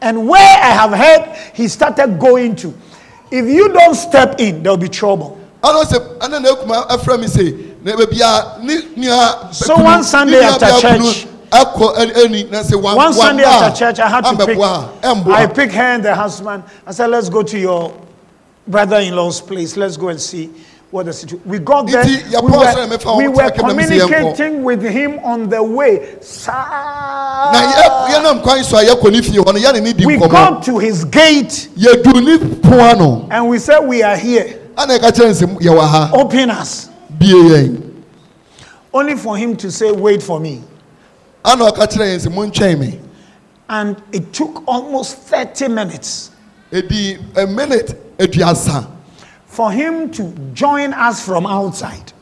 Speaker 2: And where I have heard, he started going to. If you don't step in, there'll be trouble.
Speaker 3: ɔno sɛ ɛna na ekuma ɛfrɛ mi sɛ na baabi a ne nua
Speaker 2: So
Speaker 3: kunu-
Speaker 2: one Sunday
Speaker 3: ne nua
Speaker 2: after
Speaker 3: bea kunu
Speaker 2: church-
Speaker 3: ɛkɔ ɛn- ɛni na sɛ wa
Speaker 2: One
Speaker 3: wa
Speaker 2: Sunday
Speaker 3: ba a,
Speaker 2: after church, I had to
Speaker 3: ambɛboa
Speaker 2: pick.
Speaker 3: a, ɛmboa.
Speaker 2: I picked her and the husband. I said, "Let's go to your brother-in-law's place. Let's go and see what the situation." We got there.
Speaker 3: Nti, yɛ
Speaker 2: we
Speaker 3: pause
Speaker 2: were-
Speaker 3: na mefa wo
Speaker 2: we
Speaker 3: ho
Speaker 2: were
Speaker 3: kyerɛ kɛ na me se yɛnkɔ.
Speaker 2: communicating with him on the way. Saa-
Speaker 3: na yɛ yɛnam kwan so a yɛkɔ ne fie hɔ no yɛne ne di
Speaker 2: we
Speaker 3: nkɔmɔ
Speaker 2: got to his gate
Speaker 3: yɛduru ne pon ano
Speaker 2: and we said, "We are here.
Speaker 3: ɛna yɛka kyerɛ nsɛm yɛwɔ ha
Speaker 2: Open us."
Speaker 3: bie yɛn
Speaker 2: Only for him to say, "Wait for me."
Speaker 3: ɛna ɔka kyerɛ yɛn sɛ mo nkyɛn mi
Speaker 2: And it took almost 30 minutes
Speaker 3: edi E a minute e aduasa
Speaker 2: for him to join us from outside.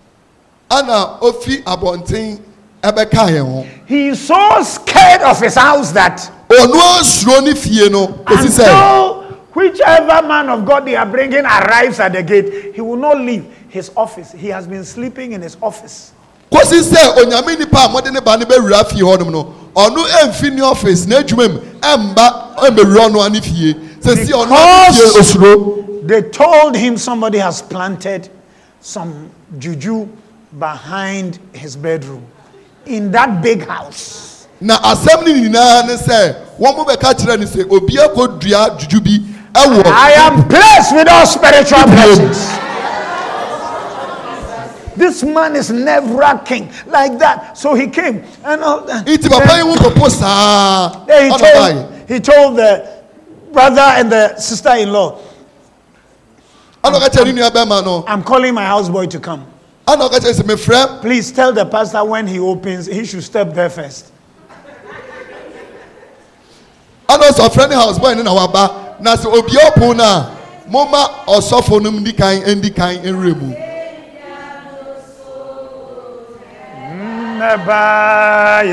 Speaker 3: ɛna ofi abɔnten ɛbɛka yɛn ho
Speaker 2: He is so scared of his house that
Speaker 3: onu asuro ne fie no e esi sɛ
Speaker 2: until whichever man of God they are bringing arrives at the gate, he will not leave his office. He has been sleeping in his office.
Speaker 3: kòsi sẹ onyame nipa a mọdé ne ba ne bẹ wura fi hɔ nom no ɔno ɛnfi ne ɔfis n'edwuma mu ɛmba ɛmɛwura ɔno ani fie sɛsi ɔno
Speaker 2: Because-
Speaker 3: fie osuro
Speaker 2: They told him somebody has planted some juju behind his bedroom in that big house.
Speaker 3: na asɛm ne nyinaa ne sɛ wɔn mo bɛka kyerɛ ne sɛ obi akɔ dua juju bi e ɛwɔ
Speaker 2: I am blessed with all spiritual blessings. This man is never king like that. So he came and all that.
Speaker 3: nti papa yi ho popo saa
Speaker 2: Then he
Speaker 3: ɔna bae
Speaker 2: told, he told the brother and the sister in law,
Speaker 3: ɔna ɔka kyerɛ ne nua bɛrima no
Speaker 2: I'm calling my houseboy to come.
Speaker 3: ɔna ɔka kyerɛ sɛ mefrɛ
Speaker 2: Please tell the pastor when he opens, he should step there first.
Speaker 3: ɔna ɔsɛ ɔfrɛ ne house boy ne na waba na sɛ obi ɔpon na mo ma ɔsɔfo no ndi kan ndi kan nwura mu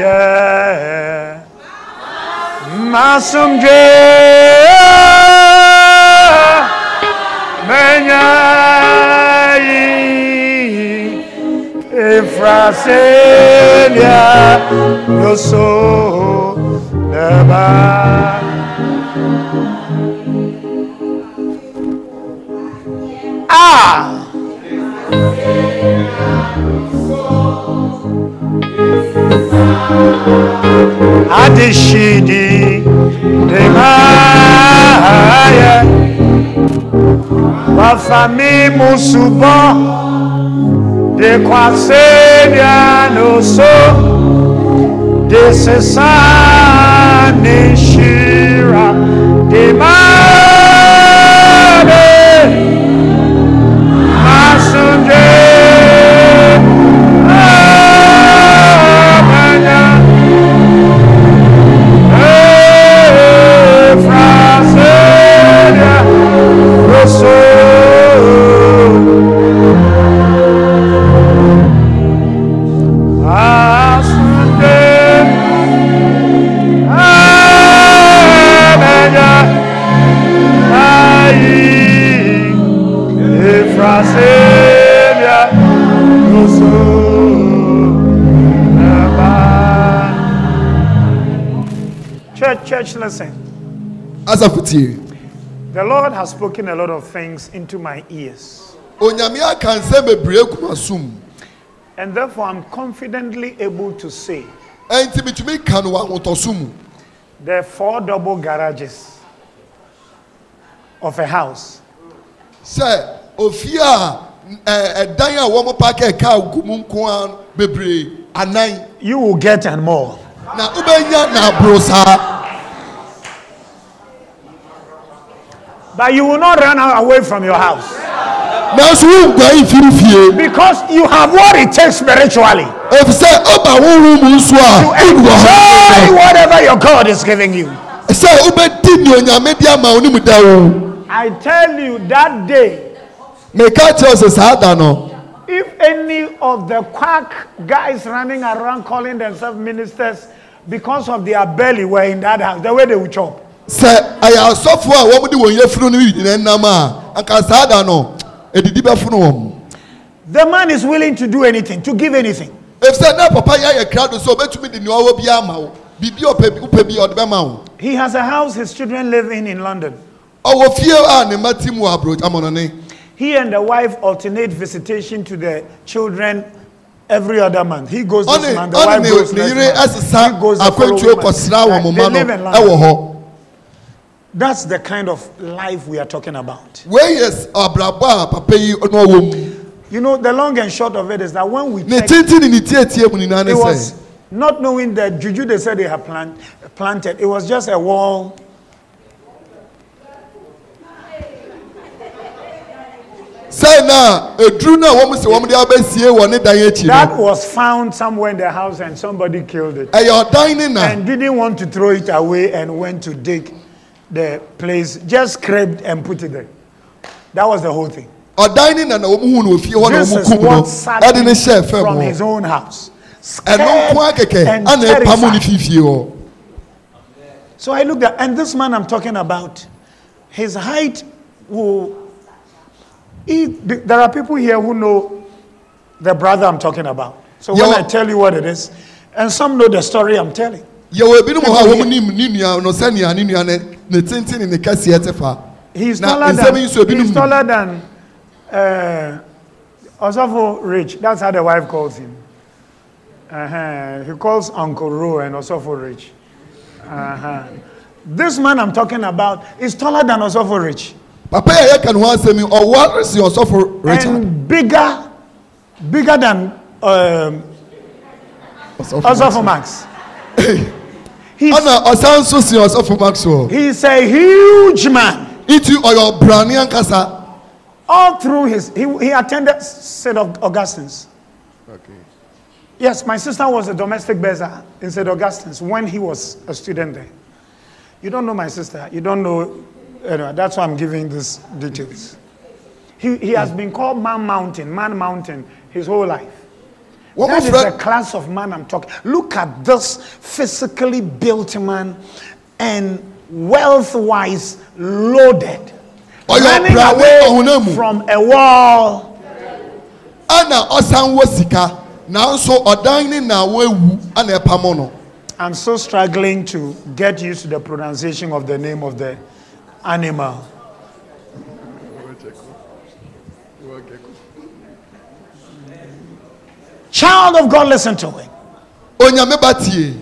Speaker 2: Nebaye Masumje Menyayi Efraselia Yoso Neba Ah! Adishidi Demaya Wafami Musubo De Kwasedia no so De Sesani Shira Demaya Masunde Amanya Fraselia, eu sou Church, church, listen.
Speaker 3: asafo tie
Speaker 2: The Lord has spoken a lot of things into my ears,
Speaker 3: onyame aka nsɛm bebree egu m'asom
Speaker 2: and therefore I'm confidently able to say
Speaker 3: ɛnti mitumi ka no wɔ ahotɔso mu
Speaker 2: there are four double garages of a house.
Speaker 3: sɛ ofie a ɛɛ ɛdan a wɔn paaki ɛka gu mu nko ara bebree anan
Speaker 2: You will get and more.
Speaker 3: na wobɛnya na aburo saa
Speaker 2: But you will not run away from your house
Speaker 3: nanso wongua yi firi fie
Speaker 2: because you have what it takes spiritually to
Speaker 3: efisɛ ɔba huhu mu nso a wonu wɔ
Speaker 2: enjoy
Speaker 3: hɔ
Speaker 2: whatever your God is giving you.
Speaker 3: sɛ wobɛdi nea onyame de ama wo ne mu da wo
Speaker 2: I tell you that day,
Speaker 3: meka kyerɛ wo sɛ saa da no
Speaker 2: If any of the quack guys running around calling themselves ministers because of their belly were in that house, the way they would chop.
Speaker 3: sɛ ɛyɛ asɔfo a wɔmde wɔn yɛfunu no nyina nam a anka saa da no ɛdidi bɛfono wɔn
Speaker 2: The man is willing to do anything, to give anything.
Speaker 3: efisɛ na papa yi ayɛ krado sɛ obetumi de nea ɔwɔ bi ama wo biribi a ɔpɛ bi wopɛ bi ɔde bɛma wo
Speaker 2: He has a house his children live in in London.
Speaker 3: ɔwɔ fie a ah, ne mma ti mu wɔ aburo amɔnɔne
Speaker 2: He and the wife alternate visitation to the children every other month. He goes this
Speaker 3: ɔne
Speaker 2: month, the
Speaker 3: ɔne
Speaker 2: wife goes
Speaker 3: ne ne
Speaker 2: next
Speaker 3: yere
Speaker 2: month. He
Speaker 3: ɛsesa
Speaker 2: goes the following
Speaker 3: akwantuo
Speaker 2: month.
Speaker 3: kɔsra
Speaker 2: Like,
Speaker 3: wɔn
Speaker 2: they
Speaker 3: mma no
Speaker 2: live in London.
Speaker 3: ɛwɔ hɔ
Speaker 2: That's the kind of life we are talking about.
Speaker 3: wei yɛ s- abrabɔ a ah, papa yi ɔno ɔwɔ mu
Speaker 2: You know, the long and short of it is that when we
Speaker 3: ne
Speaker 2: check
Speaker 3: tenten ne ne tietie mu nyinaa ne
Speaker 2: It
Speaker 3: sɛ
Speaker 2: was not knowing that juju they said they had plant, planted. It was just a wall.
Speaker 3: sɛn na eduru na wɔn sɛ wɔn de abɛsie wɔ ne dan akyi
Speaker 2: That
Speaker 3: no
Speaker 2: was found somewhere in the house and somebody killed it.
Speaker 3: ɛyɛ ɔdan ne Eh, na
Speaker 2: And didn't want to throw it away and went to dig the place. Just scraped and put it there. That was the whole thing.
Speaker 3: ɔdan ne na na wɔn hu no ofie hɔ na
Speaker 2: This
Speaker 3: wɔn
Speaker 2: is
Speaker 3: kum no
Speaker 2: what sat
Speaker 3: ɛde ne hyɛ fɛm
Speaker 2: from
Speaker 3: hɔ
Speaker 2: his own house.
Speaker 3: ɛno nko
Speaker 2: Scared
Speaker 3: akɛkɛ
Speaker 2: and
Speaker 3: ana epamu ne
Speaker 2: terrified.
Speaker 3: fifie hɔ.
Speaker 2: So I looked at, and this man I'm talking about, his height will. He, th- there are people here who know the brother I'm talking about. So when
Speaker 3: Yeah.
Speaker 2: I tell you what it is, and some know the story I'm telling.
Speaker 3: yɛwɔ ebinom wɔ hɔ a wɔn nim ne nua no sɛnea ne nua no ne tenten ne ne kɛseɛ te fa
Speaker 2: He is
Speaker 3: na
Speaker 2: taller
Speaker 3: nsɛm yi nso
Speaker 2: than, he
Speaker 3: ebinom
Speaker 2: is
Speaker 3: nim
Speaker 2: taller than uh, Osofo Rich. That's how the wife calls him. Uh-huh. He calls Uncle Ro and Osofo Rich. Uh-huh. This man I'm talking about is taller than Osofo Rich
Speaker 3: papa yɛ yɛka ne ho asɛm yi ɔware si ɔsɔfo richard
Speaker 2: and bigger, bigger than um, Osofo
Speaker 3: ɔsɔfo
Speaker 2: Max.
Speaker 3: Hey.
Speaker 2: He's,
Speaker 3: ɛna ɔsan nso si ɔsɔfo maxwell
Speaker 2: he's a huge man.
Speaker 3: nti ɔyɛ ɔbrane ankasa
Speaker 2: all through his he, he attended st augustine's yes my sister was a domestic beza in st augustine's when he was a student there you don't know my sister you don't know anyway that's why i'm giving these details he, he has been called man mountain man mountain his whole life
Speaker 3: wɔn
Speaker 2: that is the
Speaker 3: frɛ
Speaker 2: class of man I'm talking. Look at this physically built man and wealth wise loaded.
Speaker 3: Oh, yeah,
Speaker 2: Running
Speaker 3: bra-
Speaker 2: away
Speaker 3: ohunamu.
Speaker 2: from a wall.
Speaker 3: ɛna ɔsan wɔ sika nanso ɔdan ne na wawu ɛna ɛpam no
Speaker 2: I'm so struggling to get used to the pronunciation of the name of the animal. Child of God, listen to it.
Speaker 3: onyame ba tie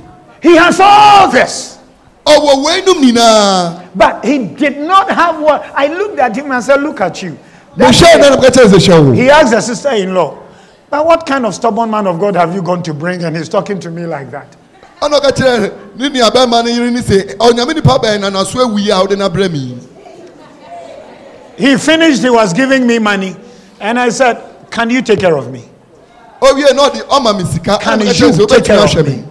Speaker 2: He has all this.
Speaker 3: ɔwɔ wɔnum nyinaa
Speaker 2: But he did not have what I looked at him and said, Look at you. That's
Speaker 3: mehyɛ
Speaker 2: it.
Speaker 3: ɛna ɛna kɛkyɛ ɛsɛ hyɛ
Speaker 2: He asked the sister in law, But what kind of stubborn man of God have you gone to bring? And he's talking to me like that.
Speaker 3: o ɛna ɔkɛkyerɛ ne nua bɛrima ne yiri ne sɛ onyame nipa bɛn na naso awu yi a ɔde na brɛ mi
Speaker 2: He finished, he was giving me money. And I said, Can you take care of me?
Speaker 3: owie na ɔde ɔma mi sika
Speaker 2: Can
Speaker 3: ɛna
Speaker 2: you
Speaker 3: ɔkɛkyerɛ sɛ
Speaker 2: take care
Speaker 3: obetumi
Speaker 2: of
Speaker 3: ahyɛ mi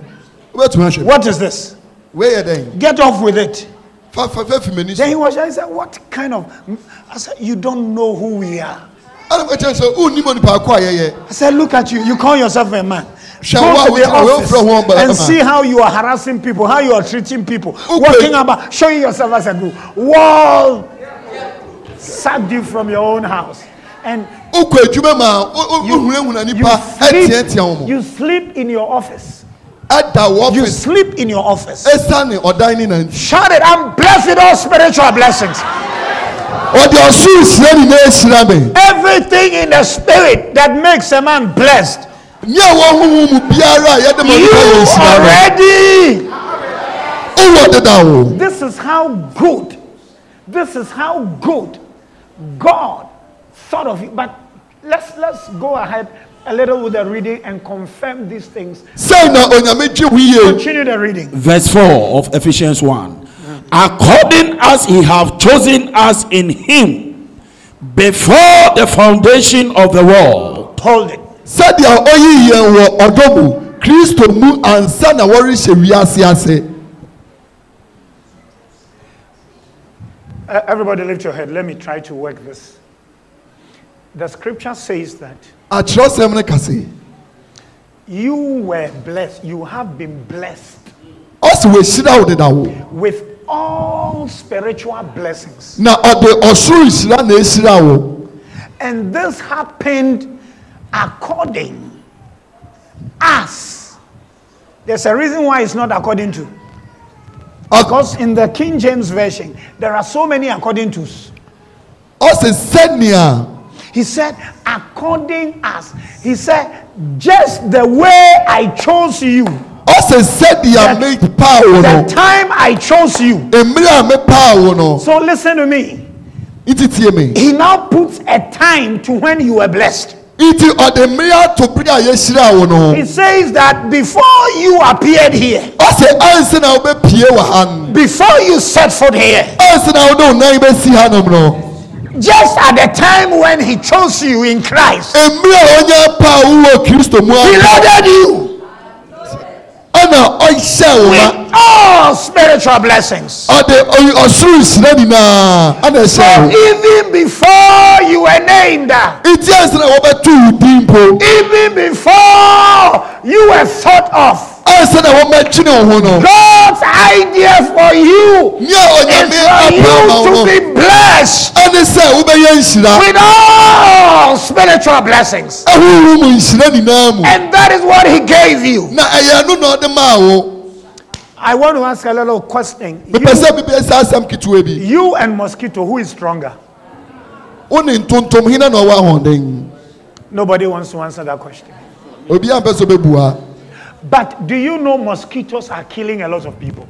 Speaker 3: obetumi ahyɛ mi
Speaker 2: What is this?
Speaker 3: wei yɛ dɛn
Speaker 2: Get off with it.
Speaker 3: fa fa fa fi mɛni
Speaker 2: Then he
Speaker 3: so
Speaker 2: was, I said, What kind of. I said, You don't know who we are.
Speaker 3: ɛna ɔkɛkyerɛ sɛ o ni mo nipa akɔ ayɛyɛ
Speaker 2: I said, Look at you. You call yourself a man.
Speaker 3: Shall
Speaker 2: Go
Speaker 3: what
Speaker 2: to
Speaker 3: we
Speaker 2: the
Speaker 3: can- we
Speaker 2: office
Speaker 3: offer one by
Speaker 2: and
Speaker 3: the
Speaker 2: see
Speaker 3: man.
Speaker 2: how you are harassing people, how you are treating people, walking about, showing yourself as a group. Wall sacked you from your own house. And
Speaker 3: okɔ edwuma ma o o ohunahuna
Speaker 2: you
Speaker 3: nipa ɛtiɛtiɛ
Speaker 2: sleep,
Speaker 3: wɔn
Speaker 2: you sleep in your office.
Speaker 3: ɛda wɔ
Speaker 2: You
Speaker 3: ɔfis
Speaker 2: sleep in your office.
Speaker 3: ɛsa ne ɔdan ne nan
Speaker 2: Shout it. I'm blessed with all spiritual blessings.
Speaker 3: ɔde ɔsoro sira ne nan esira mi
Speaker 2: Everything in the spirit that makes a man blessed.
Speaker 3: ní ɛwɔ huhu mu biara a yɛde ma
Speaker 2: You
Speaker 3: nipa yɛ esira mi
Speaker 2: already.
Speaker 3: ɔwɔ deda o
Speaker 2: This is how good, this is how good God thought of you. But let's let's go ahead a little with the reading and confirm these things.
Speaker 3: sɛn na onyame gye wiye
Speaker 2: Continue the reading.
Speaker 1: verse 4 of Ephesians 1 according as he have chosen us in him before the foundation of the world
Speaker 2: Hold it.
Speaker 3: sɛdeɛ ɔyi yɛn wɔ ɔdɔ mu kristo mu ansa na wɔrehyɛ wiase ase
Speaker 2: Uh, everybody lift your head. Let me try to work this. The scripture says that
Speaker 3: akyerɛsɛm ne kase
Speaker 2: you were blessed, you have been blessed
Speaker 3: ɔsi wɔahyira wo deda o
Speaker 2: with all spiritual blessings.
Speaker 3: na ɔde ɔsoro hyira na ehyira wo
Speaker 2: And this happened according as. There's a reason why it's not according to.
Speaker 3: Ɔk-
Speaker 2: Because in the King James Version, there are so many according to's.
Speaker 3: ɔsi sɛnea
Speaker 2: He said, according as. He said, just the way I chose you,
Speaker 3: ɔsi sɛdeɛ
Speaker 2: That-
Speaker 3: e me paa wo
Speaker 2: the
Speaker 3: no
Speaker 2: time I chose you.
Speaker 3: emiri a me paa wo no
Speaker 2: So listen to me.
Speaker 3: nti tie mi
Speaker 2: He now puts a time to when you were blessed.
Speaker 3: nti ɔde mmiri ato bere a yɛhyira wo no
Speaker 2: He says that before you appeared here,
Speaker 3: ɔsi ansi e na wɔbɛpie wɔ ha no
Speaker 2: before you set foot here,
Speaker 3: ansi na wɔde onan bɛsi ha nom no.
Speaker 2: just at the time when he chose you in Christ,
Speaker 3: emiri a onye pa owuwe kristo mu
Speaker 2: he
Speaker 3: ahụ
Speaker 2: loaded you
Speaker 3: ana ọhyẹ ụma
Speaker 2: with all spiritual blessings.
Speaker 3: ọ dị ọsoro nsira nyinaa ana
Speaker 2: So
Speaker 3: ẹhyẹ ahụ
Speaker 2: even before you were named, uh,
Speaker 3: iti asịrị a wọbɛtu ụdị mpo
Speaker 2: even before you were thought of,
Speaker 3: asị na wọbɛtwi na ọhụ nọ
Speaker 2: God's idea for you
Speaker 3: nye
Speaker 2: is
Speaker 3: onyame
Speaker 2: for
Speaker 3: apa ama
Speaker 2: you to
Speaker 3: ọhụ
Speaker 2: be blessed
Speaker 3: ẹni sẹ wọbɛyɛ nsira
Speaker 2: with all spiritual blessings.
Speaker 3: ahụhụ mu nsira nyinaa mu
Speaker 2: And that is what he gave you.
Speaker 3: na ẹyẹ ẹnu na ọdị maa wụ
Speaker 2: I want to ask a little question.
Speaker 3: mepɛ
Speaker 2: You,
Speaker 3: sɛ bibi ɛsɛ asɛm ketewa bi
Speaker 2: you and mosquito, who is stronger?
Speaker 3: wo ne ntontom hena na ɔwɔ ahoɔden
Speaker 2: Nobody wants to answer that question.
Speaker 3: obi ampɛ sɛ ɔbɛbua
Speaker 2: But do you know mosquitoes are killing a lot of people?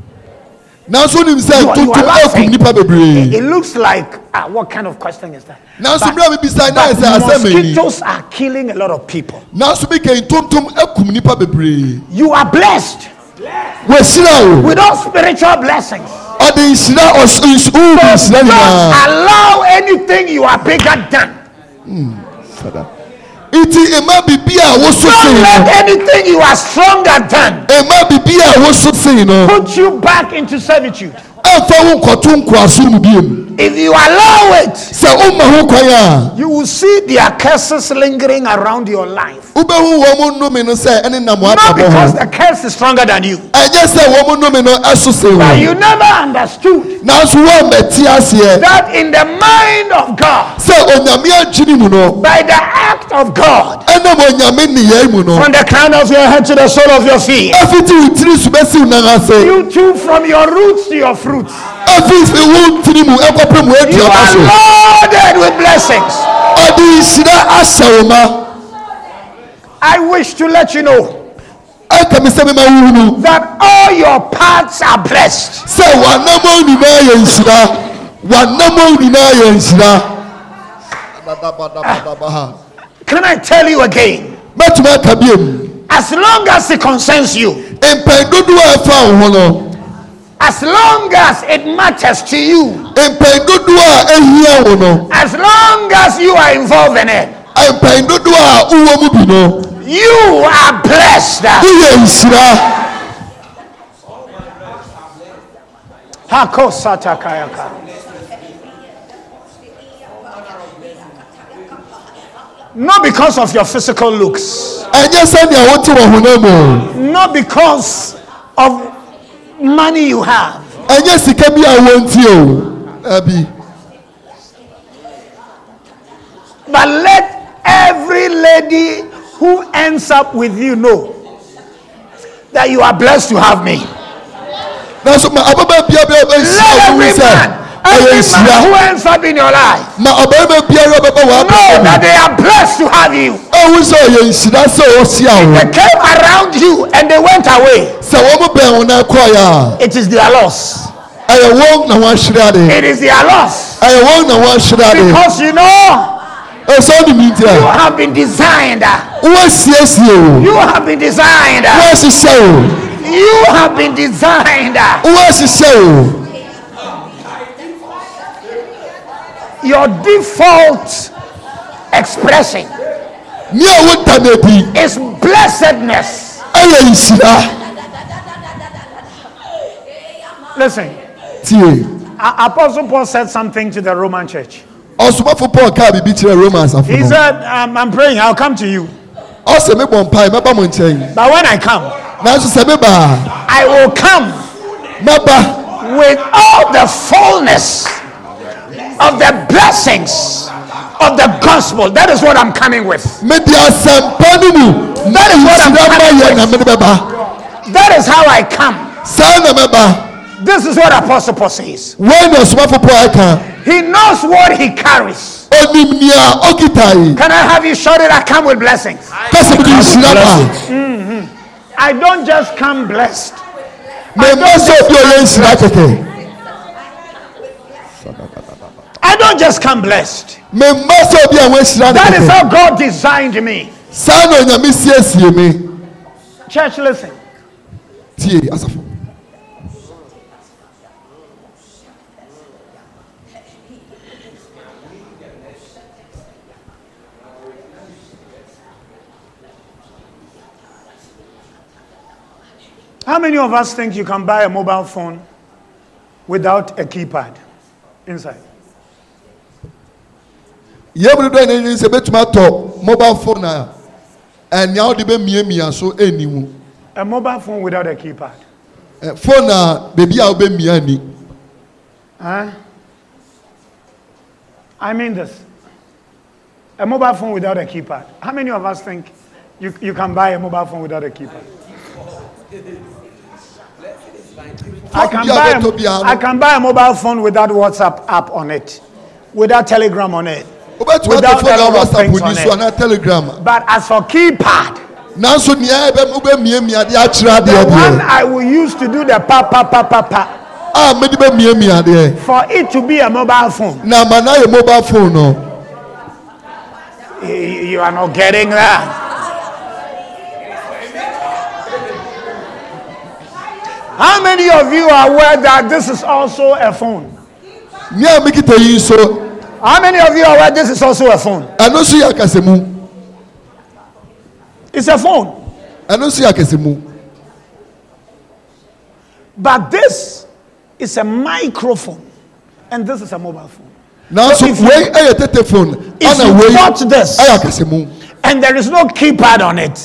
Speaker 3: nanso nim sɛ
Speaker 2: You are- you are
Speaker 3: ntontom akum
Speaker 2: laughing.
Speaker 3: nnipa bebree
Speaker 2: It looks like ah, what kind of question is that?
Speaker 3: nanso
Speaker 2: eh, But-
Speaker 3: mmerɛ mebisa na
Speaker 2: but
Speaker 3: ɛsɛ asɛm ani
Speaker 2: mosquitoes are killing a lot of people.
Speaker 3: nanso mekɛ ntontom akum nnipa bebree
Speaker 2: You are blessed
Speaker 3: wɔahyira o
Speaker 2: with all spiritual blessings.
Speaker 3: ɔde nhyira ɔs- wo mu nhyira
Speaker 2: Don't
Speaker 3: nyinaa
Speaker 2: allow anything you are bigger than.
Speaker 3: nti ɛma bibi a woso
Speaker 2: Don't
Speaker 3: sei
Speaker 2: let
Speaker 3: no
Speaker 2: anything you are stronger than
Speaker 3: ɛma bibi a woso sei no
Speaker 2: put you back into servitude.
Speaker 3: ɛmfa wo nkɔto nkoaso mu biom
Speaker 2: If you allow it,
Speaker 3: sɛ woma ho kwan a
Speaker 2: you will see their curses lingering around your life.
Speaker 3: wobɛhu wɔn mu nnome no sɛ ɛne nam
Speaker 2: Not
Speaker 3: w'atabɔ
Speaker 2: because
Speaker 3: ho
Speaker 2: the curse is stronger than you,
Speaker 3: ɛnyɛ sɛ wɔn mu nnome no ɛso sen
Speaker 2: but
Speaker 3: wɔn
Speaker 2: you never understood
Speaker 3: nanso wɔmmɛte aseɛ
Speaker 2: that in the mind of God,
Speaker 3: sɛ onyame adwene mu no
Speaker 2: by the act of God,
Speaker 3: ɛnam onyame nneyɛe mu no
Speaker 2: from the crown of your head to the sole of your feet,
Speaker 3: ɛfiti wo tiri so bɛsiw nan ase
Speaker 2: you too from your roots to your fruits,
Speaker 3: ɛfifi wo tiri mu ɛkɔpem wo
Speaker 2: you
Speaker 3: aduaba
Speaker 2: are
Speaker 3: so
Speaker 2: loaded with blessings.
Speaker 3: ɔde nhyira ahyɛ wo ma
Speaker 2: I wish to let you know
Speaker 3: ɛka me sɛ mema wohunu
Speaker 2: that all your paths are blessed.
Speaker 3: sɛ w'anammɔn nyinaa yɛ nhyira w'anammɔn nyinaa yɛ nhyira
Speaker 2: Can I tell you again?
Speaker 3: mɛtumi aka biom
Speaker 2: As long as it concerns you,
Speaker 3: mpɛn dodoɔ a ɛfa wo ho no
Speaker 2: as long as it matters to you,
Speaker 3: mpɛn dodoɔ a ɛhia wo no
Speaker 2: as long as you are involved in it,
Speaker 3: mpɛn dodoɔ a wowɔ mu bi no
Speaker 2: you are blessed.
Speaker 3: woyɛ nhyira
Speaker 2: Hakosatakayaka. Not because of your physical looks,
Speaker 3: ɛnyɛ sɛnea wote wɔ honam mu
Speaker 2: not because of money you have.
Speaker 3: ɛnyɛ sika bi a wɔnti o abi
Speaker 2: But let every lady who ends up with you know that you are blessed to have me.
Speaker 3: nanso ma ababaa bia bia
Speaker 2: Let
Speaker 3: bɛhyia wo
Speaker 2: every
Speaker 3: mu sɛ
Speaker 2: man,
Speaker 3: ɛyɛ
Speaker 2: every man who
Speaker 3: nhyira
Speaker 2: ends up in your life
Speaker 3: ma ɔbarima biara bɛba wɔ
Speaker 2: know that
Speaker 3: apɛ mu
Speaker 2: they are blessed to have you.
Speaker 3: ɔhu sɛ ɔyɛ nhyira sɛ ɔhyia
Speaker 2: They
Speaker 3: wo
Speaker 2: came around you and they went away.
Speaker 3: sɛ wɔn mu bɛn wo na ɛkɔɛ
Speaker 2: It is their loss.
Speaker 3: a ɛyɛ wɔn na wɔahyerɛ ade
Speaker 2: It is their loss.
Speaker 3: ɛyɛ wɔn na wɔahyerɛ ade
Speaker 2: Because you know,
Speaker 3: ɛsɛ ɔne mi nti
Speaker 2: you
Speaker 3: a
Speaker 2: have been designed. uh,
Speaker 3: wɔasiesie
Speaker 2: You have been designed.
Speaker 3: o
Speaker 2: uh,
Speaker 3: wɔahyehyɛ
Speaker 2: You have been designed. uh,
Speaker 3: o wɔahyehyɛ o
Speaker 2: Your default expression
Speaker 3: ní àwọn tàbí bi
Speaker 2: is blessedness.
Speaker 3: ɛyɛ nhyira
Speaker 2: Listen,
Speaker 3: tie
Speaker 2: A- Apostle Paul said something to the Roman church.
Speaker 3: ɔsomafo paul kaa biribi kyerɛ roma asafo
Speaker 2: He
Speaker 3: no
Speaker 2: said, um, I'm praying, I'll come to you.
Speaker 3: ɔsɛ mebɔ mpae mɛba mo nkyɛn
Speaker 2: But when I come,
Speaker 3: nanso sɛ mebaa
Speaker 2: I will come
Speaker 3: mɛba
Speaker 2: with all the fullness of the blessings of the gospel. That is what I'm coming with.
Speaker 3: mede asɛmpa no mu na
Speaker 2: That is what I'm
Speaker 3: nhyira
Speaker 2: coming
Speaker 3: mayɛ
Speaker 2: with.
Speaker 3: na mede bɛba
Speaker 2: That is how I come.
Speaker 3: saa na mɛba
Speaker 2: This is what Apostle Paul says.
Speaker 3: wɔi na ɔsomafo paul ɛka
Speaker 2: He knows what he carries.
Speaker 3: ɔnim nea ɔkitae
Speaker 2: Can I have you shout it? I come with blessings.
Speaker 3: kɛsɛ mede nhyira ba
Speaker 2: I don't just come blessed.
Speaker 3: memma sɛ obi a ɔyɛ nhyira kɛkɛ
Speaker 2: I don't just come blessed.
Speaker 3: memma sɛ obi a wɔahyira no
Speaker 2: That is
Speaker 3: kɛkɛ
Speaker 2: how God designed me.
Speaker 3: saa na onyame siesie me
Speaker 2: Church, listen.
Speaker 3: tie asafo
Speaker 2: How many of us think you can buy a mobile phone without a keypad inside?
Speaker 3: yẹ́mu dodo yẹn ni sẹ́ bẹ́tùmí atọ mobile phone a ẹ̀ ní àwọn de bẹ́ miamia so ẹ̀ ní mu
Speaker 2: A mobile phone without a keypad.
Speaker 3: ẹ̀ phone a bèbí a bẹ́ mia ni
Speaker 2: Huh? I mean this. A mobile phone without a keypad. How many of us think you, you can buy a mobile phone without a keypad? I can, buy a, I can buy a mobile phone without WhatsApp app on it, without Telegram on it.
Speaker 3: wobɛtumi
Speaker 2: Without
Speaker 3: atɔfo na
Speaker 2: that
Speaker 3: whatsapp
Speaker 2: offense
Speaker 3: ni
Speaker 2: on
Speaker 3: so
Speaker 2: it.
Speaker 3: anaa telegram
Speaker 2: But as for keypad,
Speaker 3: nanso nea ɛbɛ wobɛmiamia de akyerɛ
Speaker 2: the
Speaker 3: adeɛ
Speaker 2: one
Speaker 3: deɛ
Speaker 2: I will use to do the pa pa pa pa pa,
Speaker 3: a mede bɛmiamia deɛ
Speaker 2: for it to be a mobile phone,
Speaker 3: na ama no ayɛ mobile phone no
Speaker 2: y- y- you are not getting that. How many of you are aware that this is also a phone?
Speaker 3: ne a mekita yi nso
Speaker 2: How many of you are aware this is also a phone?
Speaker 3: ɛno nso yɛ akasamu
Speaker 2: It's a phone.
Speaker 3: ɛno nso yɛ akasamu
Speaker 2: But this is a microphone, and this is a mobile phone.
Speaker 3: nanso
Speaker 2: So if you-
Speaker 3: wei ɛyɛ tete phone
Speaker 2: If
Speaker 3: ana
Speaker 2: you
Speaker 3: wei
Speaker 2: watch this-
Speaker 3: ɛyɛ akasamu
Speaker 2: And there is no keypad on it.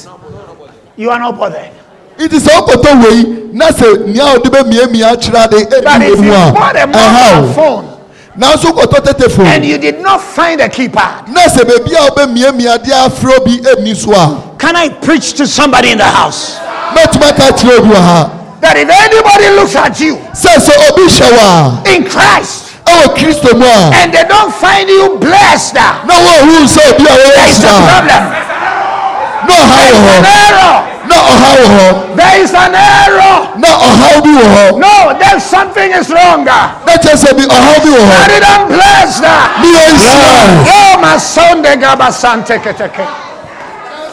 Speaker 2: You are not bothered.
Speaker 3: nti sɛ wokɔtɔ wei na sɛ nea e a wode bɛmiamia akyerɛ ade
Speaker 2: But if
Speaker 3: ɛmiamu
Speaker 2: you bought a
Speaker 3: a
Speaker 2: mobile
Speaker 3: ɛhaw
Speaker 2: phone
Speaker 3: nanso wokɔtɔ tete phone
Speaker 2: and you did not find a keypad,
Speaker 3: na sɛ baabi e a wobɛmiamia de afrɛ bi e ɛni so a
Speaker 2: can I preach to somebody in the house
Speaker 3: mɛtumi aka kyerɛ obi wɔ ha
Speaker 2: that if anybody looks at you
Speaker 3: sɛ sɛ obi Oh, hyɛ wɔ
Speaker 2: in Christ
Speaker 3: a ɛwɔ kristo mu a
Speaker 2: and they don't find you blessed, uh,
Speaker 3: na wɔhu sɛ obi a
Speaker 2: there
Speaker 3: wɔyɛ
Speaker 2: is a
Speaker 3: hyira
Speaker 2: problem.
Speaker 3: na ɔha wɔ
Speaker 2: An
Speaker 3: hɔ
Speaker 2: error.
Speaker 3: na ɔha wɔ hɔ
Speaker 2: There is an error.
Speaker 3: na ɔhaw bi wɔ hɔ
Speaker 2: No, then something is wrong. uh.
Speaker 3: na kyerɛ sɛ bi ɔhaw bi
Speaker 2: I
Speaker 3: wɔ hɔ
Speaker 2: didn't bless that.
Speaker 3: ne yɛ hyira
Speaker 2: Oh, my son, the gabasan, take it, take it.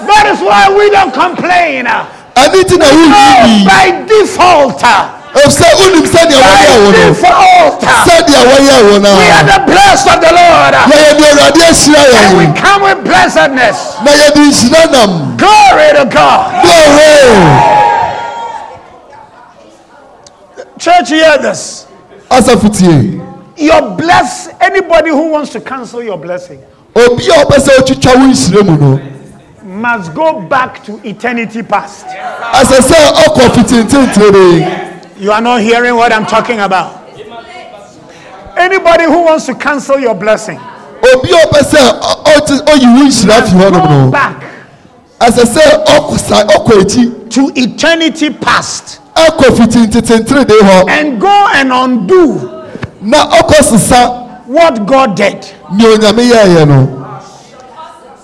Speaker 2: That is why we don't complain. uh.
Speaker 3: ɛne nti na
Speaker 2: Oh,
Speaker 3: wonyiyi
Speaker 2: by default. uh,
Speaker 3: ɛfisɛ wonim
Speaker 2: By
Speaker 3: sɛdeɛ wɔyɛ wo no
Speaker 2: default. uh,
Speaker 3: sɛdeɛ wɔyɛ wo no
Speaker 2: We are
Speaker 3: a,
Speaker 2: the blessed of the Lord. uh,
Speaker 3: yɛyɛ de awurade ahyira
Speaker 2: And we
Speaker 3: yɛn
Speaker 2: come with blessedness.
Speaker 3: na yɛde nhyira nam
Speaker 2: Glory to God.
Speaker 3: gloho
Speaker 2: Church, hear this.
Speaker 3: asafo tie
Speaker 2: Your bless anybody who wants to cancel your blessing
Speaker 3: obi a ɔpɛ sɛ ɔtwitwa wo nhyira mu no
Speaker 2: must go back to eternity past.
Speaker 3: asɛ sɛ ɔkɔ fitintintire
Speaker 2: You are not hearing what I'm talking about. Anybody who wants to cancel your blessing,
Speaker 3: obi a ɔpɛ sɛ ɔ- ɔte- ɔyi wo nhyira fi
Speaker 2: go
Speaker 3: hɔnom no
Speaker 2: back
Speaker 3: asɛ sɛ ɔkɔ sa- ɔkɔ akyi
Speaker 2: to eternity past
Speaker 3: ɛkɔ fitintintire de hɔ
Speaker 2: and go and undo
Speaker 3: na ɔkɔ sesa
Speaker 2: what God did.
Speaker 3: nea onyame yɛɛyɛ no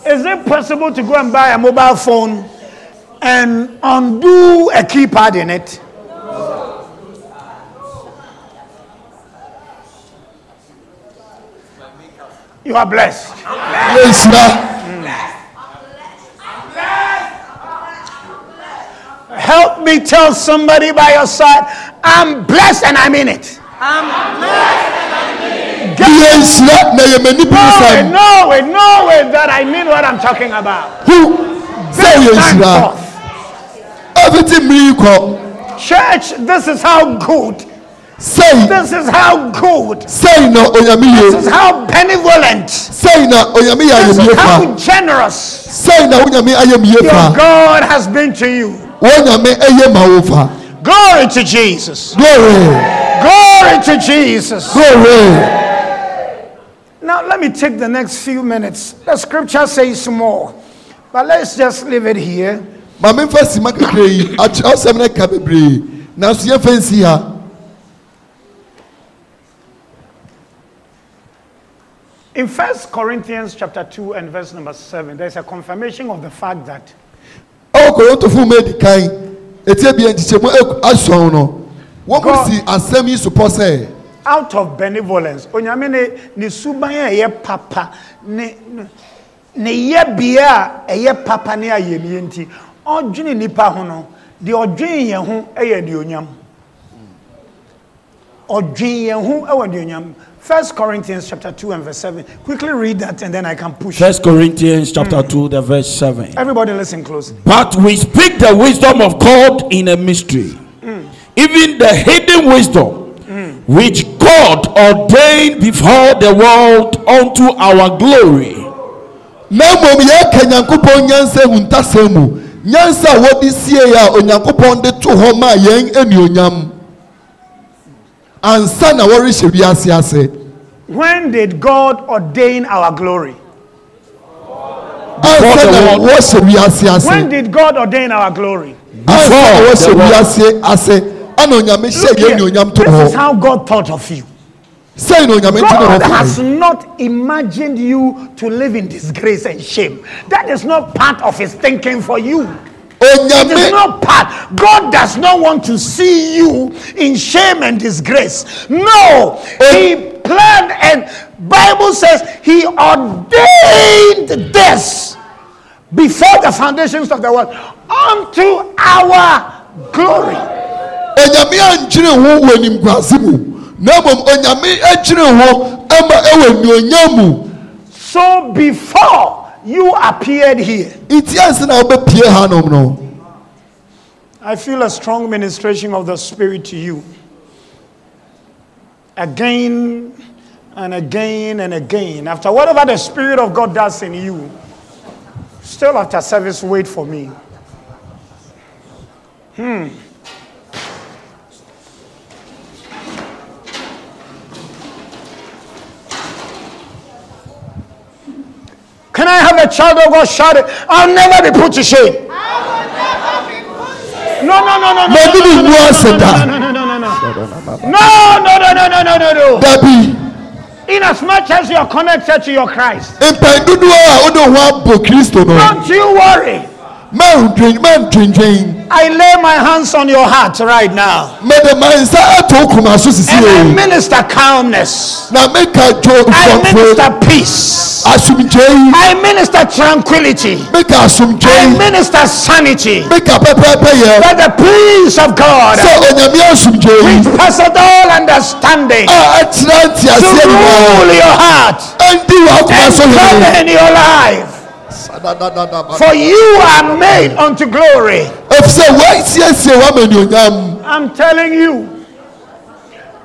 Speaker 2: Is it possible to go and buy a mobile phone and undo a keypad in it? You are blessed.
Speaker 3: yɛ nhyira
Speaker 2: Help me tell somebody by your side, I'm blessed and I mean it.
Speaker 3: yɛ nhyira na yɛ m'ani
Speaker 2: No way,
Speaker 3: birisam
Speaker 2: no way, no way that I mean what I'm talking about.
Speaker 3: hu sɛ yɛ
Speaker 2: Thank
Speaker 3: nhyira
Speaker 2: God.
Speaker 3: ɔfiti mmiri yi kɔ
Speaker 2: Church, this is how good.
Speaker 3: sɛi
Speaker 2: This is how good.
Speaker 3: sɛi na onyame
Speaker 2: This is
Speaker 3: yɛ
Speaker 2: how benevolent.
Speaker 3: sɛi na onyame yɛ
Speaker 2: This
Speaker 3: ayɛmie
Speaker 2: is
Speaker 3: fa
Speaker 2: how generous
Speaker 3: sɛi na wonyame ayɛmie
Speaker 2: your
Speaker 3: fa
Speaker 2: God has been to you.
Speaker 3: wonyame ɛyɛ ma wo fa
Speaker 2: Glory to Jesus.
Speaker 3: glory
Speaker 2: Glory to Jesus.
Speaker 3: glory
Speaker 2: Now, let me take the next few minutes. The scripture says more, but let's just leave it here.
Speaker 3: maame nfa sima kakra yi akyerɛ ɔsɛm no ka bebree nanso yɛmfa nsi ha
Speaker 2: In 1 Corinthians chapter 2 and verse number 7, there's a confirmation of the fact that
Speaker 3: ɔwɔ korotofo mu edi kan etie bia nkyekyɛmu asɔn no wɔn mo
Speaker 2: God-
Speaker 3: si asɛm yi so pɔ sɛ
Speaker 2: out of benevolence, onyame ne ne suban a ɛyɛ papa ne ne- ne yɛbea a ɛyɛ papa ne ayɛmie nti ɔdwene nipa ho no deɛ ɔdwene yɛn ho yɛ aduonyam ɔdwene yɛn ho wɔ aduonyam first corinthians chapter 2 and verse 7 quickly read that and then i can push
Speaker 1: First Corinthians chapter 2, the verse 7.
Speaker 2: everybody listen closely
Speaker 1: But we speak the wisdom of God in a mystery, even the hidden wisdom which God ordained before the world unto our glory.
Speaker 3: na mmom yɛka nyankopɔn nyansa ehuntasɛm mu nyansa a wɔde sie a onyankopɔn de to hɔ maa yɛn anuonyam ansa na wɔrehyɛ wiase ase
Speaker 2: when did god ordain our glory
Speaker 1: Before
Speaker 3: ansa na
Speaker 1: the world-
Speaker 3: wɔhyɛ wiase ase
Speaker 2: when did god ordain our glory
Speaker 3: ansa na
Speaker 1: Before the
Speaker 3: wɔhyɛ
Speaker 1: world-
Speaker 3: wiase ase ɛna onyame hyɛ
Speaker 2: Look
Speaker 3: yɛn
Speaker 2: here.
Speaker 3: nnuonyam to
Speaker 2: This is
Speaker 3: hɔ
Speaker 2: how God thought of you.
Speaker 3: sɛn na onyame to ne hɔ
Speaker 2: God has
Speaker 3: fae
Speaker 2: not imagined you to live in disgrace and shame. That is not part of His thinking for you. It is
Speaker 3: onyame
Speaker 2: not part. God does not want to see you in shame and disgrace. No, He planned, and Bible says He ordained this before the foundations of the world unto our glory.
Speaker 3: onyame ankyere ho wɔ nimguase mu na mmom onyame akyere ho ama ɛwɔ nnuonyam mu
Speaker 2: So before you appeared here,
Speaker 3: nti ansa na wobɛpie hanom no
Speaker 2: I feel a strong ministration of the Spirit to you. Again and again and again. After whatever the Spirit of God does in you, still after service, wait for me. Hmm. Can I have a child of God shout it? I'll never be put to shame. No, no, no, no, no.
Speaker 3: Madu
Speaker 2: no,
Speaker 3: mi
Speaker 2: no,
Speaker 3: wu
Speaker 2: no,
Speaker 3: ase
Speaker 2: no,
Speaker 3: da.
Speaker 2: No, no, no, no, no. No, no, no, no, no, no, no, no.
Speaker 3: dabi
Speaker 2: In as much as you're connected to your Christ,
Speaker 3: mpan dodoɔ a wode ho abɔ kristo no
Speaker 2: don't you worry.
Speaker 3: mandwen- mantwentwɛn
Speaker 2: I lay my hands on your heart right now.
Speaker 3: mede ma nsa ato wo koma so sisi
Speaker 2: And I
Speaker 3: o
Speaker 2: minister calmness.
Speaker 3: na meka
Speaker 2: I
Speaker 3: dwo nkurɔfoɔ
Speaker 2: minister peace.
Speaker 3: asomdwei
Speaker 2: I minister tranquility.
Speaker 3: meka
Speaker 2: I
Speaker 3: asomdwei
Speaker 2: minister sanity.
Speaker 3: meka pɛpɛɛpɛyɛ
Speaker 2: That the peace of God,
Speaker 3: sɛ onyame
Speaker 2: which
Speaker 3: asomdwei
Speaker 2: passeth all understanding,
Speaker 3: a ɛkyerɛ
Speaker 2: to
Speaker 3: nteaseɛ
Speaker 2: rule
Speaker 3: nyinaa
Speaker 2: your heart
Speaker 3: ɛndi wɔ akoma
Speaker 2: and
Speaker 3: so hene
Speaker 2: govern your life. For you are made unto glory.
Speaker 3: ɛfisɛ woasiesie woamanuonyam
Speaker 2: I'm telling you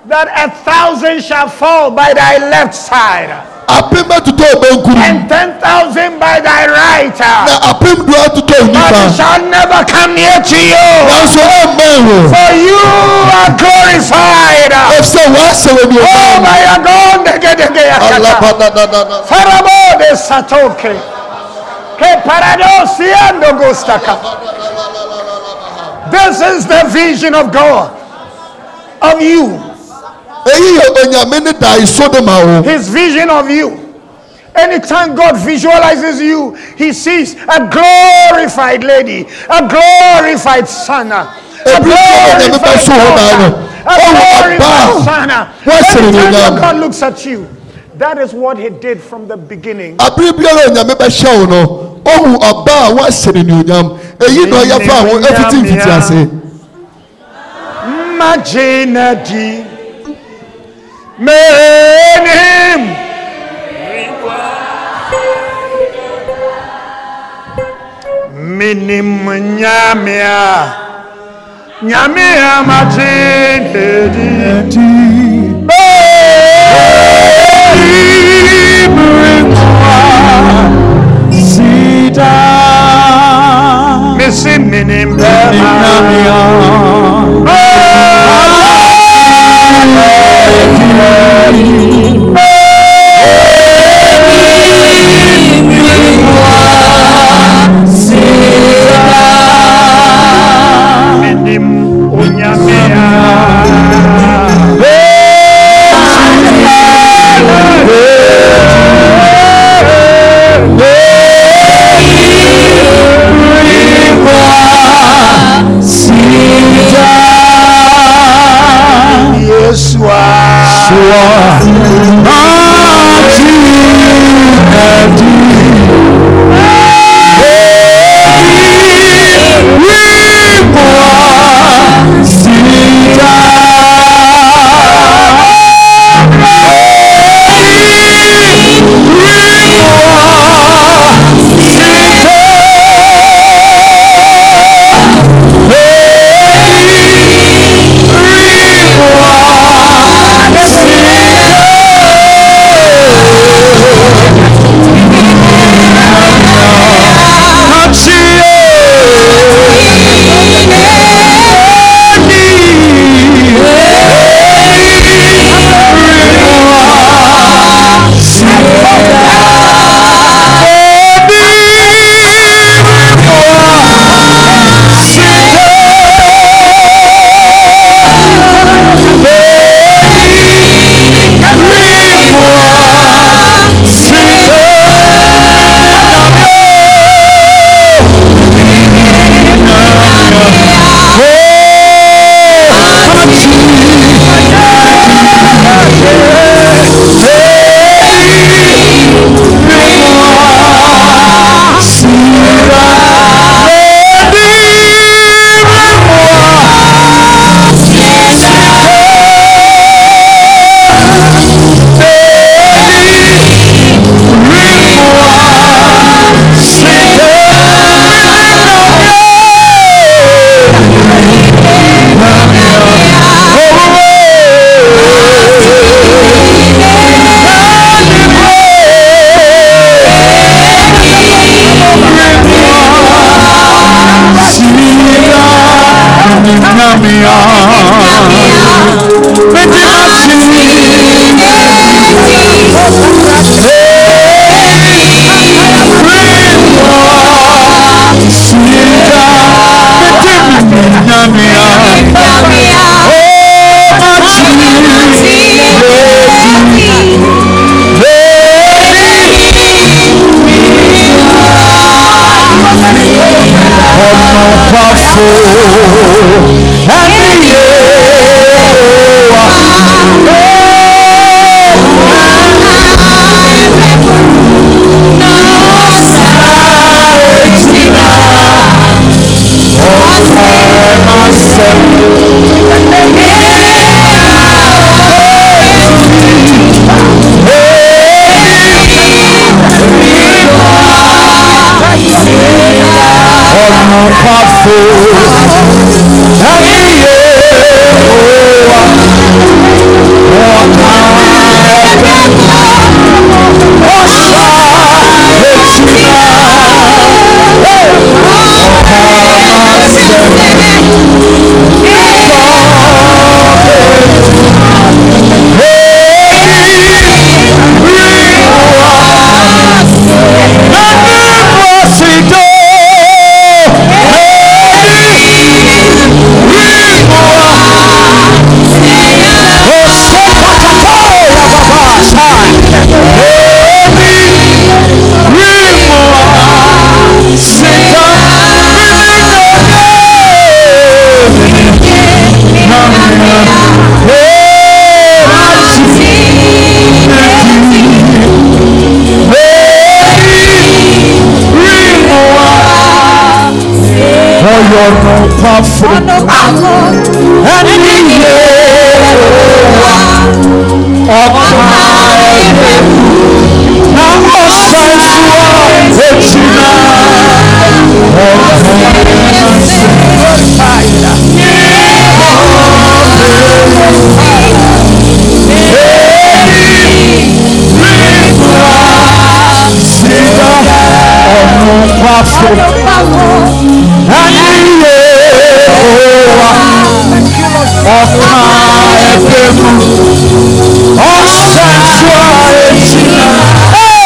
Speaker 2: that a thousand shall fall by thy left side,
Speaker 3: apem bɛtotɔ wo bɛnkuru
Speaker 2: and ten thousand by thy right
Speaker 3: na
Speaker 2: hand.
Speaker 3: apem doa totɔ wo
Speaker 2: But it
Speaker 3: nifa
Speaker 2: shall never come near to you,
Speaker 3: nanso ɛmmɛn wo
Speaker 2: for you are glorified.
Speaker 3: ɛfisɛ woasɛ
Speaker 2: Oh
Speaker 3: w'anuonyam
Speaker 2: my God! dege, dege, yakata.
Speaker 3: Alabadadadada.
Speaker 2: Farabo de satoke. Que paradosiando gustaka. This is the vision of God of you.
Speaker 3: eyi yɛ onyame ne dae sodoma o
Speaker 2: his vision of you. Anytime God visualizes you, he sees a glorified lady, a glorified son, a
Speaker 3: Every time
Speaker 2: glorified
Speaker 3: I saw her,
Speaker 2: daughter, a
Speaker 3: I know, oh,
Speaker 2: glorified
Speaker 3: Abba,
Speaker 2: son.
Speaker 3: what's in your
Speaker 2: Anytime
Speaker 3: name?
Speaker 2: God looks at you, that is what he did from the beginning.
Speaker 3: abere biara a onyame bɛhyɛ wo no ohu ɔba a woahyɛ ne nuonyam eyi na ɔyɛ fa ho afiti mfiti ase
Speaker 2: Imagine thee, man him. Minim nyamia, nyamia imagine thee. Missy minim nyamia. minim onyamea
Speaker 4: Sira, nyamia meti masi wimbo sinja meti mimi nyamia o mati lezi lezi ọ̀nàpàfò ẹni yé wa. ọ̀nàpàfò ẹni yé wa. ọ̀nà ọ̀sà ètùnà ọ̀hánàṣẹ́ Ọ̀yọ̀nà pàfò ẹni yé ọ̀tá na ọ̀sán ìṣúra ètì náà ọ̀tá. Sida ọ̀nà pàfò ẹni yé wa ọ̀ka ẹgbẹ́ mu ọ̀sẹ̀ ṣúra ètì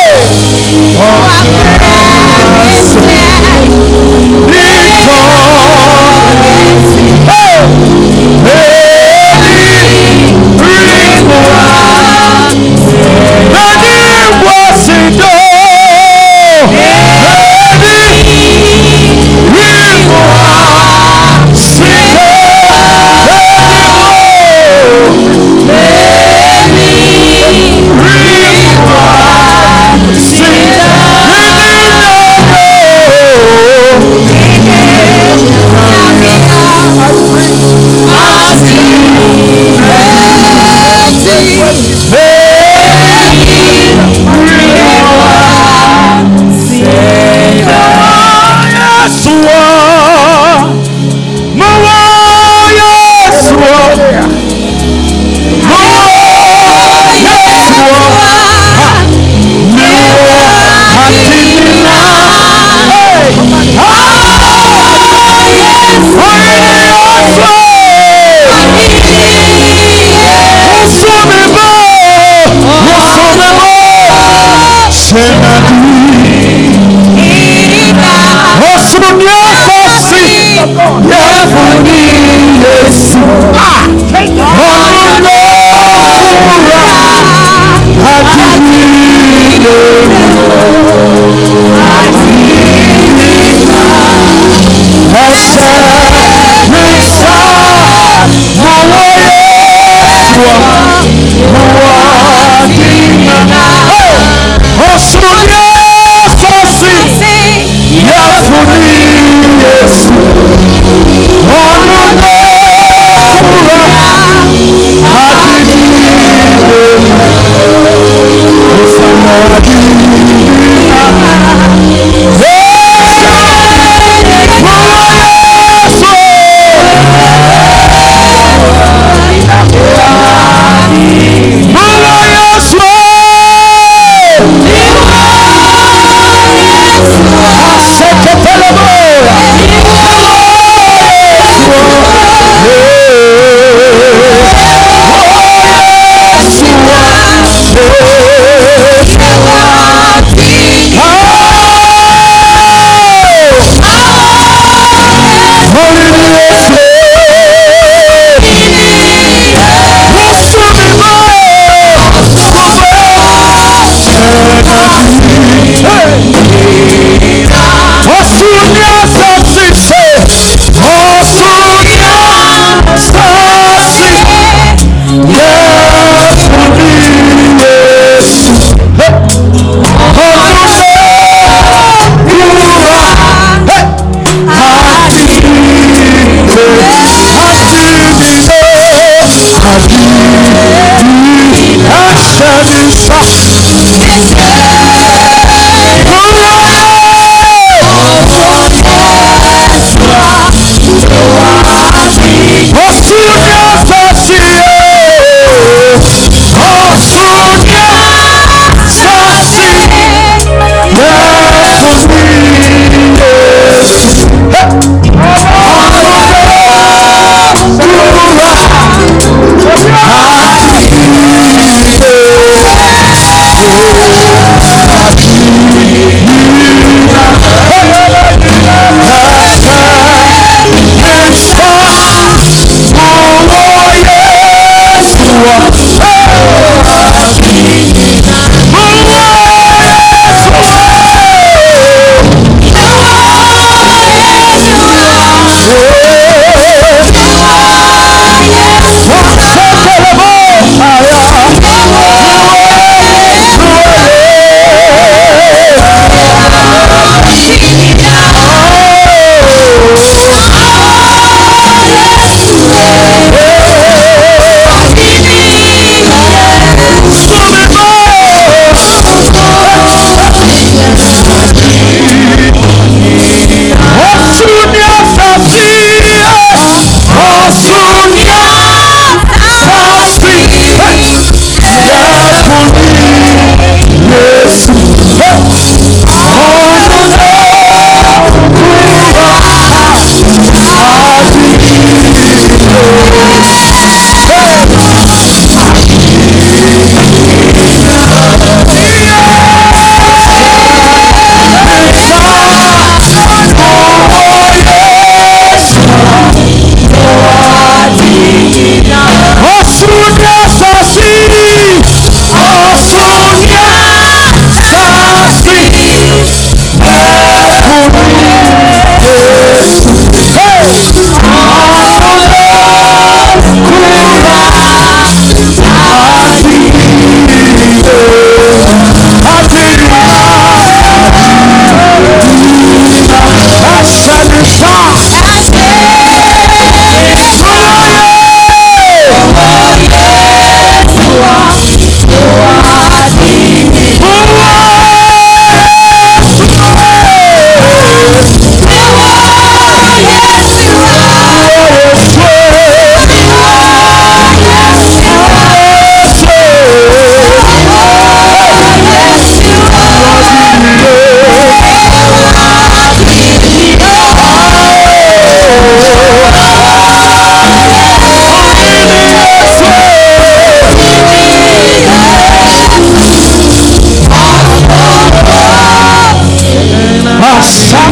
Speaker 1: Mama,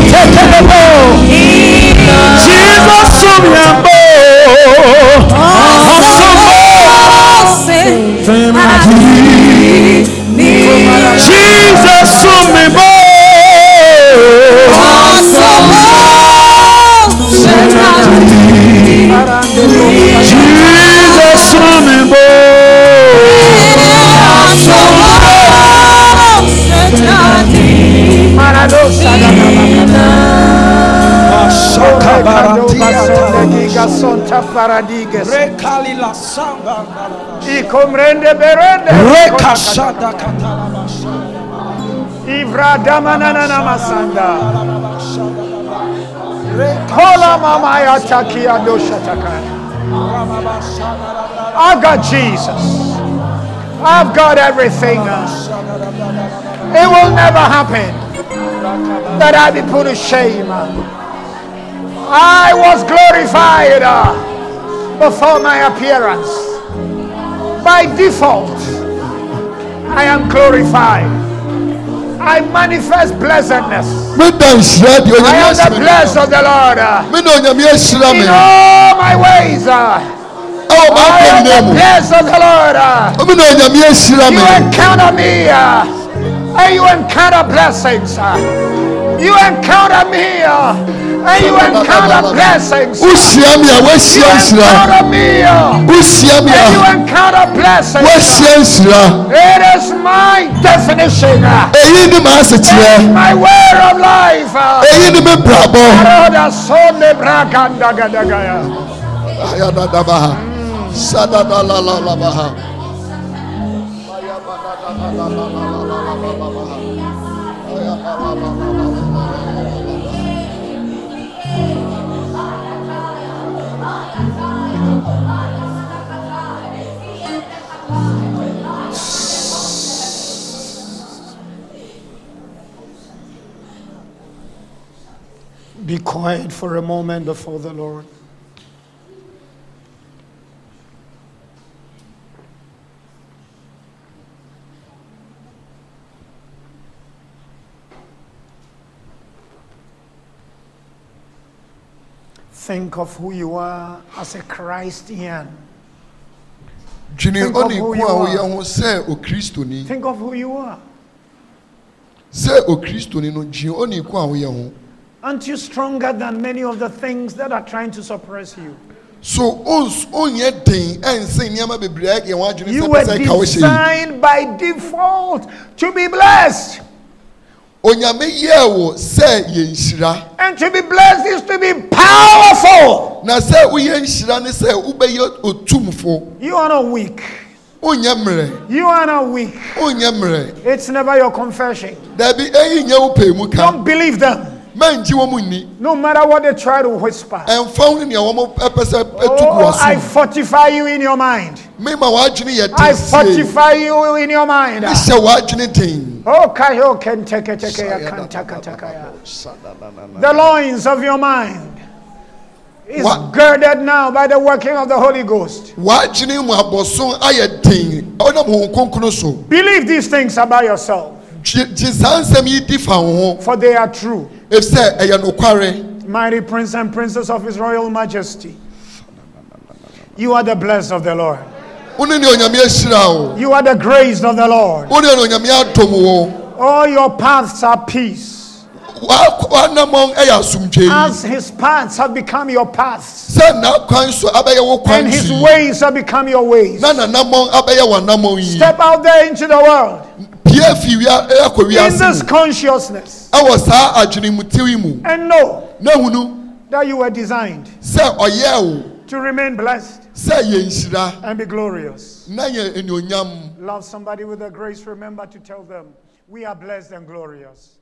Speaker 1: Shekedobo. Jesus Sumiambo. Osomo. Jesus Sumimbo. Jesus Sumimbo.
Speaker 4: Rekalila samba rekashada katalabasha
Speaker 2: Ivra damanana namasanda. Kola mama ya takia dosha takaya. I've got Jesus. I've got everything. It will never happen that I be put to shame. I was glorified uh, before my appearance. By default, I am glorified. I manifest blessedness.
Speaker 3: mi da nsira di
Speaker 2: I
Speaker 3: onyame
Speaker 2: am the
Speaker 3: asiri
Speaker 2: blessed of the Lord. uh,
Speaker 3: mi na onyame asira mi
Speaker 2: In all my ways, uh,
Speaker 3: ɛwɔ maa
Speaker 2: I
Speaker 3: nkɔ
Speaker 2: am
Speaker 3: nyinaa
Speaker 2: the
Speaker 3: mu
Speaker 2: blessed of the Lord. uh,
Speaker 3: mi na onyame asira
Speaker 2: You
Speaker 3: mi
Speaker 2: encounter me, uh, and you encounter blessings. uh, You encounter me, uh, and you encounter blessings. uh,
Speaker 3: wusia mi a
Speaker 2: You
Speaker 3: wasia nsira
Speaker 2: encounter me, uh,
Speaker 3: wusia mi
Speaker 2: and you
Speaker 3: a
Speaker 2: encounter blessings. uh,
Speaker 3: wasia nsira
Speaker 2: It is my definition. uh,
Speaker 3: eyi ni maa se kyerɛ
Speaker 2: My way of life. uh,
Speaker 3: eyi ni mi bra bɔ
Speaker 2: Aroda sole braganda gadagaya.
Speaker 3: ayadadaba ha
Speaker 2: Mm.
Speaker 3: sadadalalaba ha.
Speaker 2: Be quiet for a moment before the Lord. Think of who you are as a Christian.
Speaker 3: dwene
Speaker 2: Think of who
Speaker 3: ɔne
Speaker 2: you
Speaker 3: ko a
Speaker 2: are.
Speaker 3: woyɛ ho sɛ okristoni
Speaker 2: Think of who you are.
Speaker 3: sɛ okristoni no dwene ɔne ko a woyɛ ho
Speaker 2: Aren't you stronger than many of the things that are trying to suppress you?
Speaker 3: so ons- onyɛ den ɛnsɛn nneɛma bebree a yɛ wɔn adwene
Speaker 2: You
Speaker 3: sɛ
Speaker 2: were
Speaker 3: pɛsɛ ka wo hyɛ yi
Speaker 2: designed by default to be blessed.
Speaker 3: onyame yɛɛ wo sɛ yɛ nhyira
Speaker 2: And to be blessed is to be powerful.
Speaker 3: na sɛ woyɛ nhyira ne sɛ wobɛyɛ otumfo
Speaker 2: You are not weak.
Speaker 3: onyɛ mmerɛ
Speaker 2: You are not weak.
Speaker 3: onyɛ mmerɛ
Speaker 2: It's never your confession.
Speaker 3: daabi ɛyi nyɛ wo pɛɛ mu ka
Speaker 2: Don't believe them.
Speaker 3: mɛngye wɔ mu nni
Speaker 2: No matter what they try to whisper.
Speaker 3: ɛmfa wo ne nea wɔn ɛpɛ sɛ ɛtu gu
Speaker 2: Oh, I
Speaker 3: wɔso
Speaker 2: fortify you in your mind.
Speaker 3: mema w'adwene yɛ
Speaker 2: I
Speaker 3: den sie
Speaker 2: fortify you in your mind.
Speaker 3: mehyɛ w'adwene den
Speaker 2: Oh, kayo kenteketekeya kantakataya. The loins of your mind is
Speaker 3: What?
Speaker 2: girded now by the working of the Holy Ghost.
Speaker 3: w'adwene mu abɔso ayɛ den ɔnam wɔn konkono so
Speaker 2: Believe these things about yourself,
Speaker 3: gye gye saa nsɛm yi di fa wo ho
Speaker 2: for they are true.
Speaker 3: efisɛ ɛyɛ nokware
Speaker 2: Mighty prince and princess of his royal majesty, you are the blessed of the Lord.
Speaker 3: wone ne onyame ahyira wo
Speaker 2: You are the grace of the Lord.
Speaker 3: wone ne onyame adom wo
Speaker 2: All your paths are peace,
Speaker 3: W'ak- w'anammɔn ɛyɛ asomdwee
Speaker 2: as his paths have become your paths,
Speaker 3: sɛ n'akwan so abɛyɛ wo kwan
Speaker 2: and his
Speaker 3: so yi
Speaker 2: ways have become your ways.
Speaker 3: na n'anammɔn abɛyɛ w'anammɔn yi
Speaker 2: Step out there into the world
Speaker 3: pie fi wia ɛkɔ
Speaker 2: in this
Speaker 3: wiase mu
Speaker 2: consciousness
Speaker 3: ɛwɔ saa adwenemutew yi mu
Speaker 2: and know
Speaker 3: na hunu
Speaker 2: that you were designed
Speaker 3: sɛ ɔyɛɛ wo
Speaker 2: to remain blessed
Speaker 3: sɛ yɛ nhyira
Speaker 2: and be glorious.
Speaker 3: na yɛ anuonyam
Speaker 2: Love somebody with the grace, remember to tell them, we are blessed and glorious.